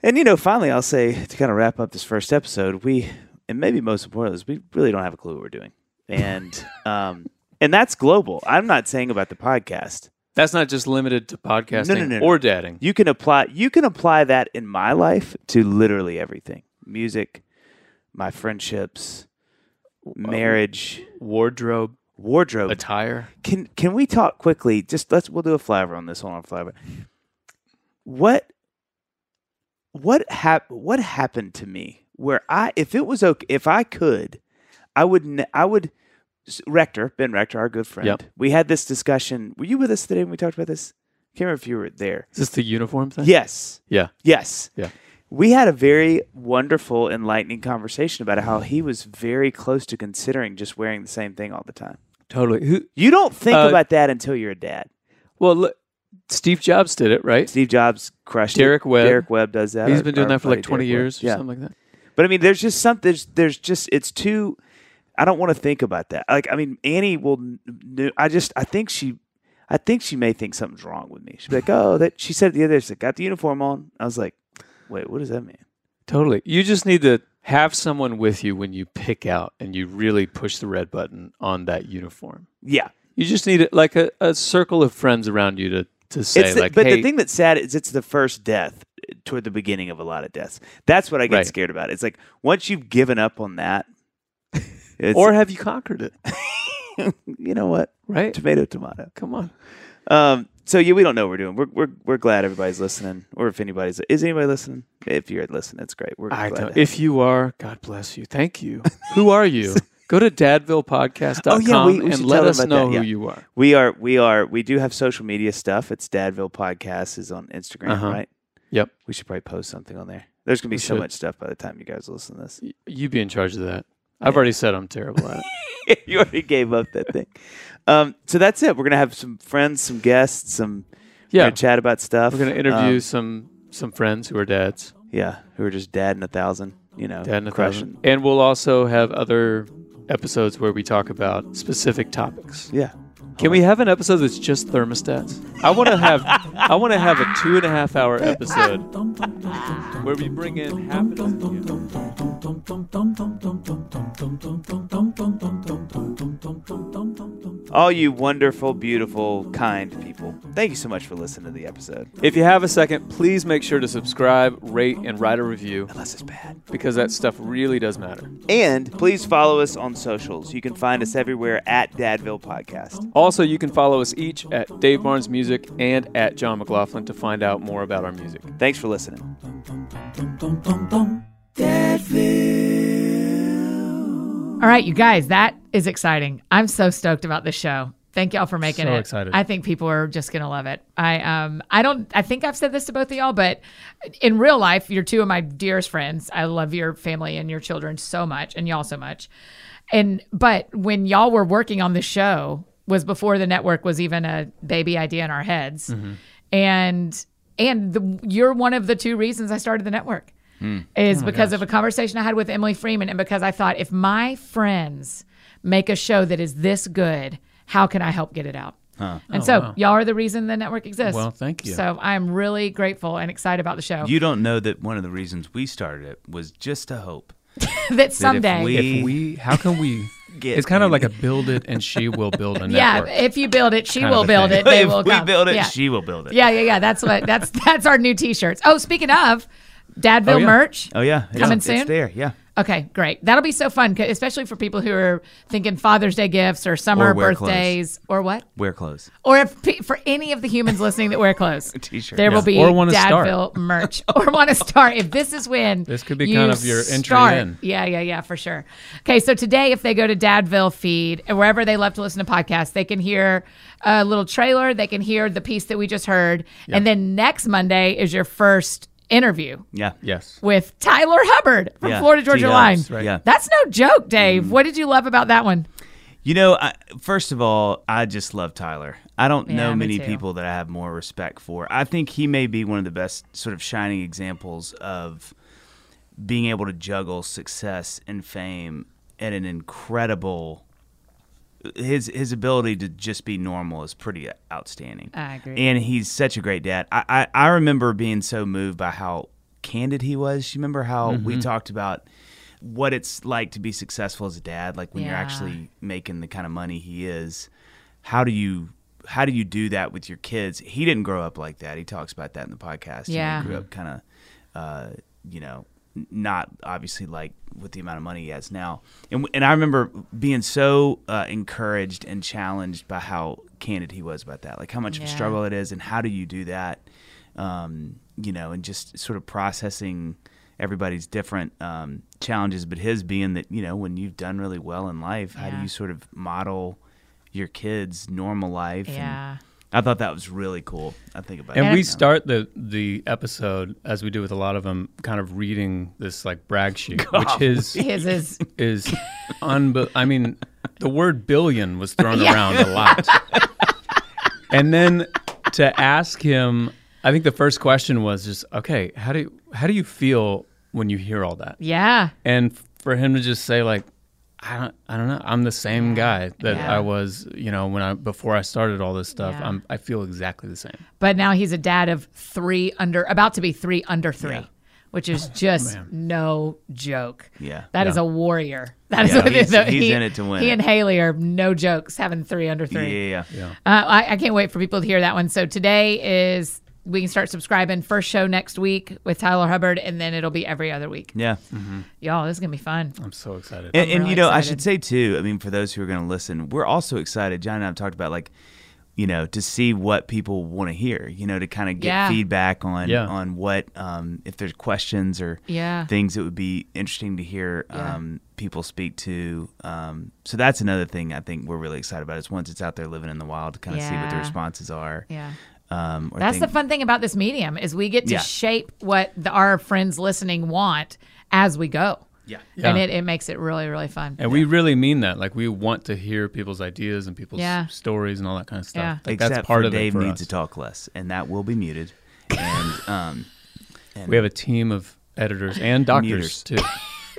Speaker 2: and you know, finally I'll say to kind of wrap up this first episode, we and maybe most importantly is we really don't have a clue what we're doing. And um and that's global. I'm not saying about the podcast.
Speaker 3: That's not just limited to podcasting
Speaker 2: No, no, no, no.
Speaker 3: or dating.
Speaker 2: You can apply you can apply that in my life to literally everything. Music, my friendships, marriage,
Speaker 3: Wardrobe,
Speaker 2: wardrobe.
Speaker 3: attire.
Speaker 2: Can can we talk quickly? Just let's we'll do a flyover on this. Hold on, flyover. What what hap- what happened to me where I if it was okay if I could I would n- I would Rector Ben Rector our good friend
Speaker 3: Yep.
Speaker 2: we had this discussion were you with us today when we talked about this I can't remember if you were there
Speaker 3: Is this the uniform thing?
Speaker 2: yes
Speaker 3: Yeah.
Speaker 2: Yes.
Speaker 3: Yeah.
Speaker 2: We had a very wonderful, enlightening conversation about how he was very close to considering just wearing the same thing all the time.
Speaker 3: Totally. Who?
Speaker 2: You don't think
Speaker 3: Uh,
Speaker 2: about that until you're a dad.
Speaker 3: Well, look, Steve Jobs did it, right?
Speaker 2: Steve Jobs crushed
Speaker 3: Derek
Speaker 2: it.
Speaker 3: Webb.
Speaker 2: Derek Webb does that.
Speaker 3: He's
Speaker 2: Our-
Speaker 3: been doing
Speaker 2: our
Speaker 3: that for like
Speaker 2: buddy
Speaker 3: 20
Speaker 2: Derek Webb.
Speaker 3: years or
Speaker 2: Yeah.
Speaker 3: something like that.
Speaker 2: But I mean, there's just something. There's, there's just it's too. I don't want to think about that. Like I mean, Annie will. kn- knew- I just I think she, I think she may think something's wrong with me. She'd be like, oh, that she said it the other day. She got the uniform on. I was like, wait, what does that mean?
Speaker 3: Totally. You just need to have someone with you when you pick out and you really push the red button on that uniform.
Speaker 2: Yeah,
Speaker 3: You just need like a, a circle of friends around you to, to say,
Speaker 2: It's the-
Speaker 3: like,
Speaker 2: but
Speaker 3: hey,
Speaker 2: the thing that's sad is it's the first death uh, toward the beginning of a lot of deaths. That's what I get
Speaker 3: Right.
Speaker 2: scared about. It's like once you've given up on
Speaker 3: <laughs>
Speaker 2: that, it's,
Speaker 3: or have you conquered it? <laughs>
Speaker 2: you know what,
Speaker 3: Right?
Speaker 2: tomato, tomato.
Speaker 3: Come on.
Speaker 2: Um, so yeah, we don't know what we're doing. We're, we're we're glad everybody's listening, or if anybody's is anybody listening. If you're listening, it's great. We're glad
Speaker 3: I don't.
Speaker 2: to have
Speaker 3: If you are, God bless you.
Speaker 2: <laughs>
Speaker 3: Thank you. Who are you? Go to dadvillepodcast.com
Speaker 2: Oh, yeah, we- we
Speaker 3: and
Speaker 2: should
Speaker 3: let
Speaker 2: tell them
Speaker 3: us
Speaker 2: about
Speaker 3: know
Speaker 2: that,
Speaker 3: who
Speaker 2: yeah.
Speaker 3: you are.
Speaker 2: We are we are we do have social media stuff. It's Dadville Podcast is on Instagram,
Speaker 3: Uh-huh.
Speaker 2: right?
Speaker 3: Yep.
Speaker 2: We should probably post something on there. There's gonna be
Speaker 3: We
Speaker 2: so
Speaker 3: should.
Speaker 2: much stuff by the time you guys listen to this.
Speaker 3: Y- You be in charge of that. I've already said I'm terrible at it.
Speaker 2: <laughs> you already gave up that thing. Um, so that's it. We're gonna have some friends, some guests, some we're
Speaker 3: Yeah.
Speaker 2: gonna chat about stuff.
Speaker 3: We're going to interview
Speaker 2: Um,
Speaker 3: some some friends who are dads,
Speaker 2: yeah, who are just dad in a thousand. You know,
Speaker 3: dad and a
Speaker 2: crushing.
Speaker 3: thousand. And we'll also have other episodes where we talk about specific topics.
Speaker 2: Yeah,
Speaker 3: Can we have an episode that's just thermostats? I want to have I want to have a two and a half hour episode where we bring in half a dozen guests.
Speaker 2: all you wonderful, beautiful, kind people. Thank you so much for listening to the episode.
Speaker 3: If you have a second, please make sure to subscribe, rate, and write a review
Speaker 2: Unless it's bad.
Speaker 3: because that stuff really does matter.
Speaker 2: And please follow us on socials. You can find us everywhere at Dadville Podcast.
Speaker 3: Also, you can follow us each at Dave Barnes Music and at John McLaughlin to find out more about our music.
Speaker 2: Thanks for listening.
Speaker 1: All right, you guys, that is exciting. I'm so stoked about this show. Thank y'all for making
Speaker 8: So
Speaker 1: it.
Speaker 8: excited.
Speaker 1: I think people are just gonna love it. I um I don't I think I've said this to both of y'all, but in real life, you're two of my dearest friends. I love your family and your children so much and y'all so much. And but when y'all were working on the show was before the network was even a baby idea in our heads.
Speaker 8: Mm-hmm.
Speaker 1: And and the, you're one of the two reasons I started the network
Speaker 9: Oh
Speaker 1: is because of a conversation I had with Emily Freeman and because I thought if my friends make a show that is this good, how can I help get it out?
Speaker 9: Oh,
Speaker 1: And so y'all are the reason the network exists.
Speaker 8: Well, thank you.
Speaker 1: So I'm really grateful and excited about the show.
Speaker 9: You don't know that one of the reasons we started it was just to hope.
Speaker 1: <laughs> that someday
Speaker 9: we-
Speaker 8: If we, how can we?
Speaker 9: Get
Speaker 8: it's kind of
Speaker 9: me.
Speaker 8: like a build it and she will build a
Speaker 1: yeah,
Speaker 8: network.
Speaker 1: if you build it, she
Speaker 8: Kind of
Speaker 1: will
Speaker 8: a
Speaker 1: build
Speaker 8: thing.
Speaker 1: it. <laughs> They
Speaker 9: <laughs> if
Speaker 1: will
Speaker 9: we
Speaker 1: come.
Speaker 9: build it,
Speaker 1: yeah.
Speaker 9: she will build it.
Speaker 1: Yeah, yeah, yeah. That's what that's <laughs> that's our new t-shirts. Oh, speaking of Dadville
Speaker 8: Oh, yeah.
Speaker 1: merch.
Speaker 9: Oh yeah, It's-
Speaker 1: Coming
Speaker 9: it's
Speaker 1: soon?
Speaker 9: there, yeah.
Speaker 1: Okay, great. That'll be so fun, 'cause- especially for people who are thinking Father's Day gifts or summer
Speaker 9: Or wear clothes.
Speaker 1: birthdays or what?
Speaker 9: Wear clothes. <laughs>
Speaker 1: Or if pe- for any of the humans listening that wear
Speaker 8: <laughs>
Speaker 1: clothes,
Speaker 9: T-shirt.
Speaker 1: there will be
Speaker 8: Or wanna start.
Speaker 1: Dadville merch <laughs> or want to start. If this is when
Speaker 8: This could be
Speaker 1: you
Speaker 8: kind of your entry
Speaker 1: start.
Speaker 8: in.
Speaker 1: Yeah, yeah, yeah, for sure. Okay, so today, if they go to Dadville feed and wherever they love to listen to podcasts, they can hear a little trailer. They can hear the piece that we just heard, and then next Monday is your first interview
Speaker 9: Yeah,
Speaker 8: Yes.
Speaker 1: with Tyler Hubbard from
Speaker 9: Yeah,
Speaker 1: Florida Georgia Line.
Speaker 9: T-Dubs, right. Yeah.
Speaker 1: That's no joke,
Speaker 8: Mm.
Speaker 1: Dave. What did you love about that one?
Speaker 9: You know, I, first of all, I just love Tyler. I don't
Speaker 1: Yeah,
Speaker 9: know
Speaker 1: me
Speaker 9: many
Speaker 1: too.
Speaker 9: people that I have more respect for. I think he may be one of the best sort of shining examples of being able to juggle success and fame and an incredible his his ability to just be normal is pretty outstanding.
Speaker 1: I agree.
Speaker 9: And he's such a great dad. I I, I remember being so moved by how candid he was. You remember how
Speaker 1: Mm-hmm.
Speaker 9: we talked about what it's like to be successful as a dad, like when you're
Speaker 1: Yeah.
Speaker 9: actually making the kind of money he is. How do you
Speaker 2: how do you do that with your kids? He didn't grow up like that. He talks about that in the podcast. You know,
Speaker 1: Yeah.
Speaker 2: he grew up kind of, uh, you know, n- not obviously like with the amount of money he has now. And w- and I remember being so uh, encouraged and challenged by how candid he was about that, like how much of a
Speaker 1: Yeah.
Speaker 2: struggle it is, and how do you do that? Um, you know, and just sort of processing everybody's different um, challenges, but his being that you know when you've done really well in life, how do
Speaker 1: Yeah.
Speaker 2: you sort of model your kids' normal life? and-
Speaker 1: Yeah.
Speaker 2: I thought that was really cool. I think about
Speaker 3: And
Speaker 2: it.
Speaker 3: we
Speaker 2: now.
Speaker 3: start the the episode as we do with a lot of them, kind of reading this like brag sheet, which his
Speaker 1: His is <laughs>
Speaker 3: is unbe- I mean, the word billion was thrown
Speaker 1: Yeah.
Speaker 3: around a lot. and then to ask him, I think the first question was just, okay, how do you, how do you feel when you hear all that?
Speaker 1: yeah.
Speaker 3: And for him to just say like, I don't, I don't know, I'm the same guy that
Speaker 1: Yeah.
Speaker 3: I was, you know, when I before I started all this stuff.
Speaker 1: Yeah.
Speaker 3: I'm, I feel exactly the same.
Speaker 1: But now he's a dad of three under, about to be three under three, which is just no joke.
Speaker 2: Yeah.
Speaker 1: that is a warrior. That is
Speaker 2: Yeah,
Speaker 1: what it is.
Speaker 2: he's- he's in it to win
Speaker 1: He
Speaker 2: it.
Speaker 1: and Haley are no jokes having three under
Speaker 2: Yeah,
Speaker 1: three.
Speaker 2: yeah, yeah.
Speaker 1: Uh, I, I can't wait for people to hear that one. So today is we can start subscribing. First show next week with Tyler Hubbard, and then it'll be every other week.
Speaker 2: Yeah.
Speaker 1: Y'all, this is gonna be fun.
Speaker 3: I'm so excited.
Speaker 2: And, and
Speaker 1: really
Speaker 2: you know, I
Speaker 1: excited.
Speaker 2: should say too. I mean, for those who are going to listen, we're also excited. John and I have talked about like, you know, to see what people want to hear. You know, to kind of get
Speaker 1: Yeah.
Speaker 2: feedback on
Speaker 3: Yeah.
Speaker 2: on what um, if there's questions or
Speaker 1: Yeah.
Speaker 2: things that would be interesting to hear
Speaker 1: Yeah.
Speaker 2: um, people speak to. Um, so that's another thing I think we're really excited about. Is once it's out there living in the wild, to kind of see what the
Speaker 1: Yeah.
Speaker 2: responses are.
Speaker 1: Yeah.
Speaker 2: Um, or
Speaker 1: That's
Speaker 2: things-
Speaker 1: the fun thing about this medium is we get to
Speaker 2: Yeah.
Speaker 1: shape what the, our friends listening want as we go.
Speaker 2: Yeah.
Speaker 1: And
Speaker 3: Yeah.
Speaker 1: it, it makes it really, really fun.
Speaker 3: And we really mean that. Like we want to hear people's ideas and people's
Speaker 1: Yeah.
Speaker 3: stories and all that kind of stuff.
Speaker 1: Yeah.
Speaker 3: Like
Speaker 2: Except
Speaker 3: that's part
Speaker 2: for
Speaker 3: of
Speaker 2: Dave
Speaker 3: it for
Speaker 2: needs
Speaker 3: us.
Speaker 2: to talk less, and that will be muted. And um,
Speaker 3: We have a team of editors
Speaker 1: <laughs>
Speaker 3: and doctors
Speaker 2: Muters.
Speaker 3: too.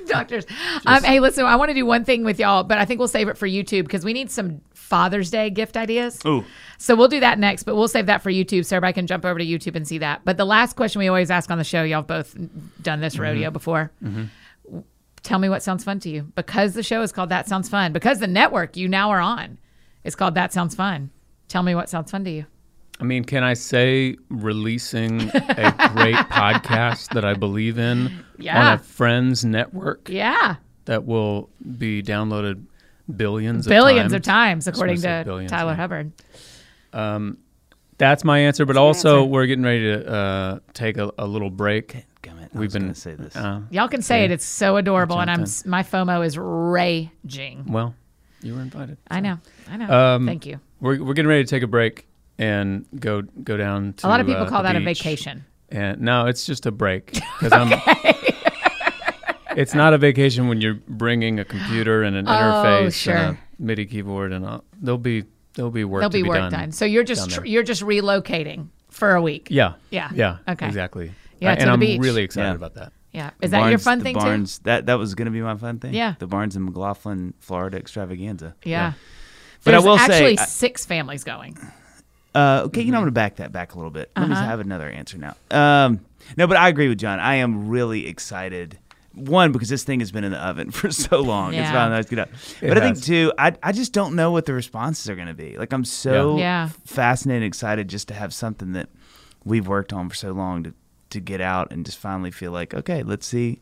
Speaker 1: Doctors. Um, hey, listen, I want to do one thing with y'all, but I think we'll save it for YouTube because we need some Father's Day gift ideas. Ooh. So we'll do that next, but we'll save that for YouTube so everybody can jump over to YouTube and see that. But the last question we always ask on the show, y'all have both done this rodeo before. W- Tell me what sounds fun to you because the show is called That Sounds Fun, because the network you now are on is called That Sounds Fun. Tell me what sounds fun to you.
Speaker 3: I mean, can I say releasing
Speaker 1: <laughs>
Speaker 3: a great podcast that I believe in
Speaker 1: Yeah.
Speaker 3: on a friends network
Speaker 1: Yeah.
Speaker 3: that will be downloaded billions
Speaker 1: Billions
Speaker 3: of
Speaker 1: of times,
Speaker 3: times. gonna
Speaker 1: according
Speaker 3: say
Speaker 1: to
Speaker 3: billions,
Speaker 1: Tyler
Speaker 3: yeah.
Speaker 1: Hubbard.
Speaker 3: That's my answer, but also we're getting ready to uh, take a, a little break.
Speaker 2: Come on,
Speaker 3: We've
Speaker 2: We've been
Speaker 3: been-
Speaker 2: to say this.
Speaker 3: Uh,
Speaker 1: Y'all can say it. It's so adorable, and I'm
Speaker 3: Jonathan.
Speaker 1: s- my FOMO is raging.
Speaker 3: well, you were invited.
Speaker 1: I know, I know.
Speaker 3: Um,
Speaker 1: Thank you.
Speaker 3: We're, we're getting ready to take a break and go go down to
Speaker 1: A lot of people
Speaker 3: uh,
Speaker 1: call
Speaker 3: the
Speaker 1: that a
Speaker 3: beach.
Speaker 1: vacation.
Speaker 3: And no, it's just a break 'cause
Speaker 1: <laughs>
Speaker 3: I'm. <laughs> it's not a vacation when you're bringing a computer and an interface and
Speaker 1: Oh, sure.
Speaker 3: a MIDI keyboard and all. There'll be there'll be work.
Speaker 1: There'll
Speaker 3: to
Speaker 1: be,
Speaker 3: be
Speaker 1: work
Speaker 3: done.
Speaker 1: done. So you're just tr- you're just relocating for a week.
Speaker 3: Yeah.
Speaker 1: Yeah.
Speaker 3: Yeah.
Speaker 1: Okay.
Speaker 3: Exactly.
Speaker 1: Yeah,
Speaker 3: I-
Speaker 1: to
Speaker 3: and
Speaker 1: the
Speaker 3: I'm
Speaker 1: beach.
Speaker 3: really excited
Speaker 2: Yeah.
Speaker 3: about that.
Speaker 1: Yeah. Is that your fun
Speaker 2: the
Speaker 1: thing
Speaker 2: Barnes, That that was going to be my fun thing.
Speaker 1: Yeah.
Speaker 2: the Barnes and McLaughlin Florida Extravaganza.
Speaker 1: too? Yeah.
Speaker 2: But I
Speaker 1: There's
Speaker 2: will say,
Speaker 1: actually
Speaker 2: I-
Speaker 1: six families going.
Speaker 2: Uh, okay, you know
Speaker 1: Mm-hmm.
Speaker 2: I'm going to back that back a little bit. Let me
Speaker 1: Uh-huh.
Speaker 2: have another answer now. Um, no, but I agree with John. I am really excited. One because this thing has been in the oven <laughs> for so long. It's
Speaker 1: Yeah.
Speaker 2: finally nice to get up. But I think two, I I just don't know what the responses are going to be. Like I'm so
Speaker 1: Yeah. Yeah.
Speaker 2: fascinated, and excited just to have something that we've worked on for so long to to get out and just finally feel like okay, let's see.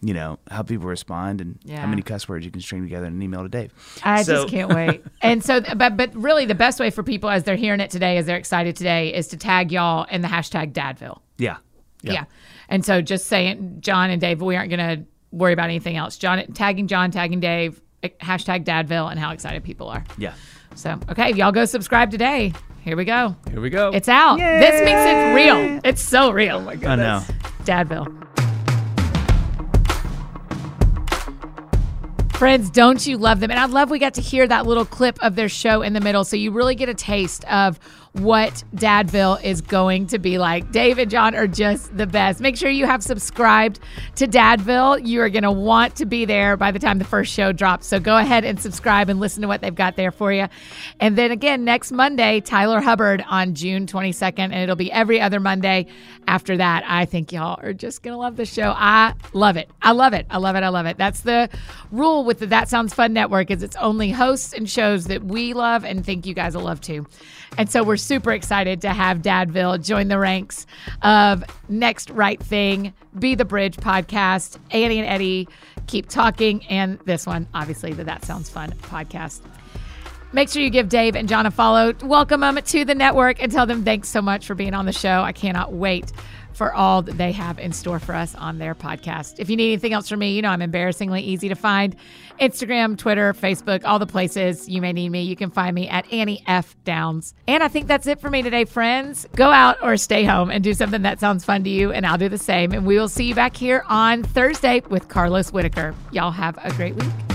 Speaker 2: You know how people respond and
Speaker 1: Yeah.
Speaker 2: how many cuss words you can string together in an email to Dave.
Speaker 1: I
Speaker 2: So-
Speaker 1: just can't wait. And so, but but really, the best way for people as they're hearing it today, as they're excited today, is to tag y'all in the hashtag Dadville.
Speaker 2: Yeah,
Speaker 1: Yeah. And so just saying, John and Dave, we aren't going to worry about anything else. John, tagging John, tagging Dave, eh, hashtag Dadville, and how excited people are.
Speaker 2: yeah.
Speaker 1: So, okay, y'all go subscribe today. Here we go.
Speaker 3: Here we go.
Speaker 1: It's out. This makes it real. It's so real. Oh my
Speaker 2: I know.
Speaker 1: Dadville. Friends, don't you love them? And I love we got to hear that little clip of their show in the middle. So you really get a taste of what Dadville is going to be like. Dave and John are just the best. Make sure you have subscribed to Dadville. You are going to want to be there by the time the first show drops. So go ahead and subscribe and listen to what they've got there for you. And then again, next Monday, Tyler Hubbard on June 22nd, and it'll be every other Monday after that. I think y'all are just going to love the show. I love it. I love it. I love it. I love it. That's the rule with the That Sounds Fun Network is it's only hosts and shows that we love and think you guys will love too. And so we're super excited to have Dadville join the ranks of Next Right Thing, Be the Bridge podcast, Annie and Eddie, Keep Talking, and this one, obviously, the That Sounds Fun podcast. Make sure you give Dave and John a follow. Welcome them to the network and tell them thanks so much for being on the show. I cannot wait for all that they have in store for us on their podcast. If you need anything else from me, you know I'm embarrassingly easy to find. Instagram, Twitter, Facebook, all the places you may need me. You can find me at Annie F. Downs. And I think that's it for me today, friends. Go out or stay home and do something that sounds fun to you, and I'll do the same. And we will see you back here on Thursday with Carlos Whitaker. Y'all have a great week.